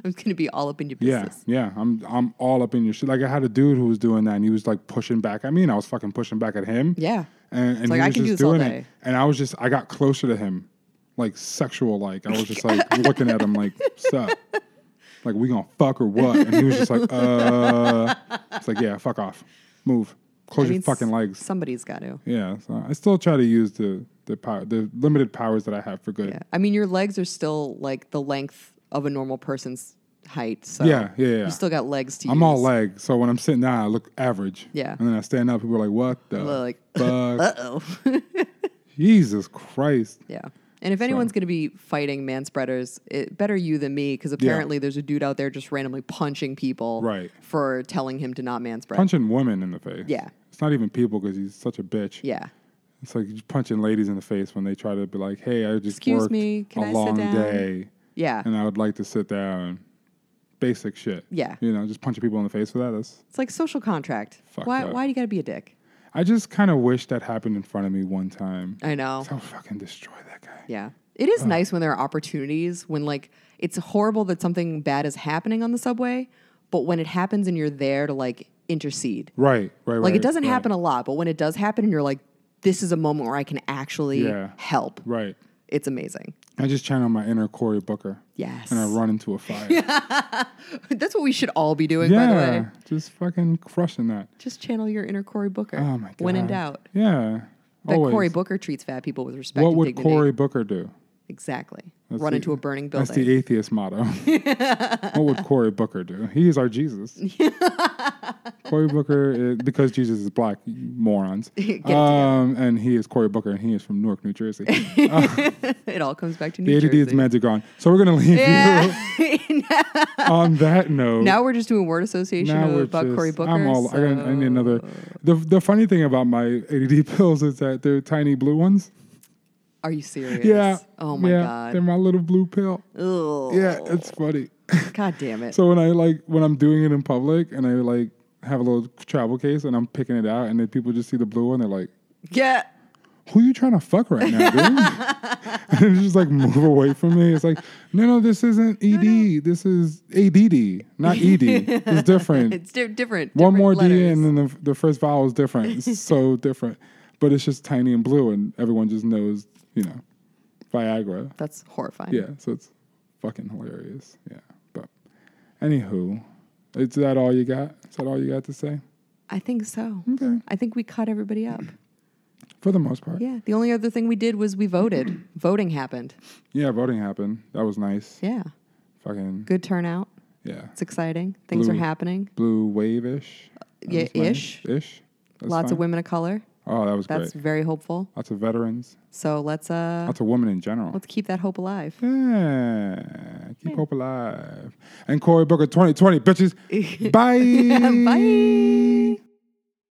[SPEAKER 3] I'm gonna be all up in your
[SPEAKER 2] Yeah,
[SPEAKER 3] business.
[SPEAKER 2] yeah. I'm I'm all up in your shit. Like I had a dude who was doing that and he was like pushing back at me and I was fucking pushing back at him.
[SPEAKER 3] Yeah.
[SPEAKER 2] And, and
[SPEAKER 3] like,
[SPEAKER 2] he
[SPEAKER 3] I
[SPEAKER 2] was
[SPEAKER 3] can do
[SPEAKER 2] just
[SPEAKER 3] this all
[SPEAKER 2] doing
[SPEAKER 3] day.
[SPEAKER 2] it. And I was just I got closer to him, like sexual like. I was just like looking at him like, sup. Like we gonna fuck or what? And he was just like, uh it's like, yeah, fuck off. Move. Close
[SPEAKER 3] I
[SPEAKER 2] your
[SPEAKER 3] mean,
[SPEAKER 2] fucking
[SPEAKER 3] s-
[SPEAKER 2] legs.
[SPEAKER 3] Somebody's got to.
[SPEAKER 2] Yeah. So I still try to use the the power the limited powers that I have for good.
[SPEAKER 3] Yeah. I mean, your legs are still like the length of a normal person's height. So
[SPEAKER 2] Yeah, yeah, yeah.
[SPEAKER 3] You still got legs to use.
[SPEAKER 2] I'm all leg, so when I'm sitting down, I look average.
[SPEAKER 3] Yeah.
[SPEAKER 2] And then I stand up, people are like, "What the
[SPEAKER 3] Like,
[SPEAKER 2] fuck?
[SPEAKER 3] Uh oh.
[SPEAKER 2] Jesus Christ!"
[SPEAKER 3] yeah. And if anyone's going to be fighting man spreaders, it, better you than me, because apparently there's a dude out there just randomly punching people
[SPEAKER 2] Right.
[SPEAKER 3] for telling him to not man spread.
[SPEAKER 2] Punching women in the face.
[SPEAKER 3] Yeah.
[SPEAKER 2] It's not even people because he's such a bitch.
[SPEAKER 3] yeah.
[SPEAKER 2] It's like you're punching ladies in the face when they try to be like, "Hey, I just
[SPEAKER 3] Excuse
[SPEAKER 2] worked
[SPEAKER 3] me, can
[SPEAKER 2] a
[SPEAKER 3] I sit
[SPEAKER 2] long
[SPEAKER 3] down?"
[SPEAKER 2] day,
[SPEAKER 3] Yeah.
[SPEAKER 2] and I would like to sit down." Basic shit.
[SPEAKER 3] Yeah.
[SPEAKER 2] You know, just punching people in the face for that. That's
[SPEAKER 3] It's like social contract.
[SPEAKER 2] Fuck
[SPEAKER 3] why,
[SPEAKER 2] that.
[SPEAKER 3] why do you got to be a dick?
[SPEAKER 2] I just kind of wish that happened in front of me one time.
[SPEAKER 3] I know.
[SPEAKER 2] So fucking destroy that guy.
[SPEAKER 3] Yeah. It is nice when there are opportunities when like it's horrible that something bad is happening on the subway, but when it happens and you're there to like intercede.
[SPEAKER 2] Right, right, right.
[SPEAKER 3] Like it doesn't
[SPEAKER 2] right.
[SPEAKER 3] happen a lot, but when it does happen and you're like this is a moment where I can actually
[SPEAKER 2] Yeah.
[SPEAKER 3] help.
[SPEAKER 2] Right.
[SPEAKER 3] It's amazing.
[SPEAKER 2] I just channel my inner Cory Booker.
[SPEAKER 3] Yes.
[SPEAKER 2] And I run into a fire.
[SPEAKER 3] That's what we should all be doing by the way.
[SPEAKER 2] yeah. Just fucking crushing that.
[SPEAKER 3] Just channel your inner Cory Booker.
[SPEAKER 2] Oh my god.
[SPEAKER 3] When in doubt.
[SPEAKER 2] Yeah.
[SPEAKER 3] That
[SPEAKER 2] always.
[SPEAKER 3] Cory Booker treats fat people with respect
[SPEAKER 2] What
[SPEAKER 3] and
[SPEAKER 2] would
[SPEAKER 3] dignity.
[SPEAKER 2] Cory Booker do?
[SPEAKER 3] exactly.
[SPEAKER 2] That's
[SPEAKER 3] Run
[SPEAKER 2] the-
[SPEAKER 3] into a burning
[SPEAKER 2] That's
[SPEAKER 3] building.
[SPEAKER 2] the atheist motto. what would Cory Booker do? He is our Jesus. Cory Booker, is, because Jesus is black, you morons.
[SPEAKER 3] Get it
[SPEAKER 2] um, and he is Cory Booker, and he is from Newark, New Jersey. the
[SPEAKER 3] it all comes back to New
[SPEAKER 2] ADD is
[SPEAKER 3] Jersey.
[SPEAKER 2] meds are gone. So we're going to leave
[SPEAKER 3] yeah.
[SPEAKER 2] you on that note.
[SPEAKER 3] Now we're just doing word association
[SPEAKER 2] Now we're
[SPEAKER 3] about
[SPEAKER 2] just-
[SPEAKER 3] Cory Booker.
[SPEAKER 2] I'm all, I, gotta- I need another.
[SPEAKER 3] so-
[SPEAKER 2] The, the funny thing about my ADD pills is that they're tiny blue ones.
[SPEAKER 3] Are you serious?
[SPEAKER 2] Yeah.
[SPEAKER 3] Oh my
[SPEAKER 2] yeah, They're
[SPEAKER 3] god.
[SPEAKER 2] my little blue pill.
[SPEAKER 3] Ugh.
[SPEAKER 2] Yeah, it's funny.
[SPEAKER 3] God damn it.
[SPEAKER 2] So when I like when I'm doing it in public and I like have a little travel case and I'm picking it out and then people just see the blue one, they're like,
[SPEAKER 3] yeah.
[SPEAKER 2] "Who you trying to fuck right now, dude?" and it's just like move away from me. It's like, no, no, this isn't ED. This is ADD, not ED. It's different.
[SPEAKER 3] It's di- different.
[SPEAKER 2] one
[SPEAKER 3] different
[SPEAKER 2] more D
[SPEAKER 3] letters.
[SPEAKER 2] and then the, the first vowel is different. It's so different, but it's just tiny and blue, and everyone just knows, you know, Viagra.
[SPEAKER 3] That's horrifying.
[SPEAKER 2] Yeah, so it's fucking hilarious. Yeah, but anywho, is that all you got? Is that all you got to say?
[SPEAKER 3] I think so.
[SPEAKER 2] Okay,
[SPEAKER 3] I think we caught everybody up.
[SPEAKER 2] for the most part. Yeah,
[SPEAKER 3] Yeah. The only other thing we did was we voted. Voting happened.
[SPEAKER 2] voting happened. That was nice.
[SPEAKER 3] Yeah.
[SPEAKER 2] Fucking
[SPEAKER 3] Good turnout.
[SPEAKER 2] yeah,
[SPEAKER 3] It's exciting. Things
[SPEAKER 2] Blue.
[SPEAKER 3] are happening.
[SPEAKER 2] blue wave ish.
[SPEAKER 3] Yeah, ish.
[SPEAKER 2] ish. That's
[SPEAKER 3] Lots of
[SPEAKER 2] fine.
[SPEAKER 3] women of color.
[SPEAKER 2] Oh, that was
[SPEAKER 3] That's
[SPEAKER 2] great.
[SPEAKER 3] very hopeful.
[SPEAKER 2] Lots of veterans.
[SPEAKER 3] So let's uh
[SPEAKER 2] Lots of women in general.
[SPEAKER 3] let's keep that hope alive.
[SPEAKER 2] Yeah, keep hope alive. And Cory Booker 2020, bitches. Bye.
[SPEAKER 3] Bye.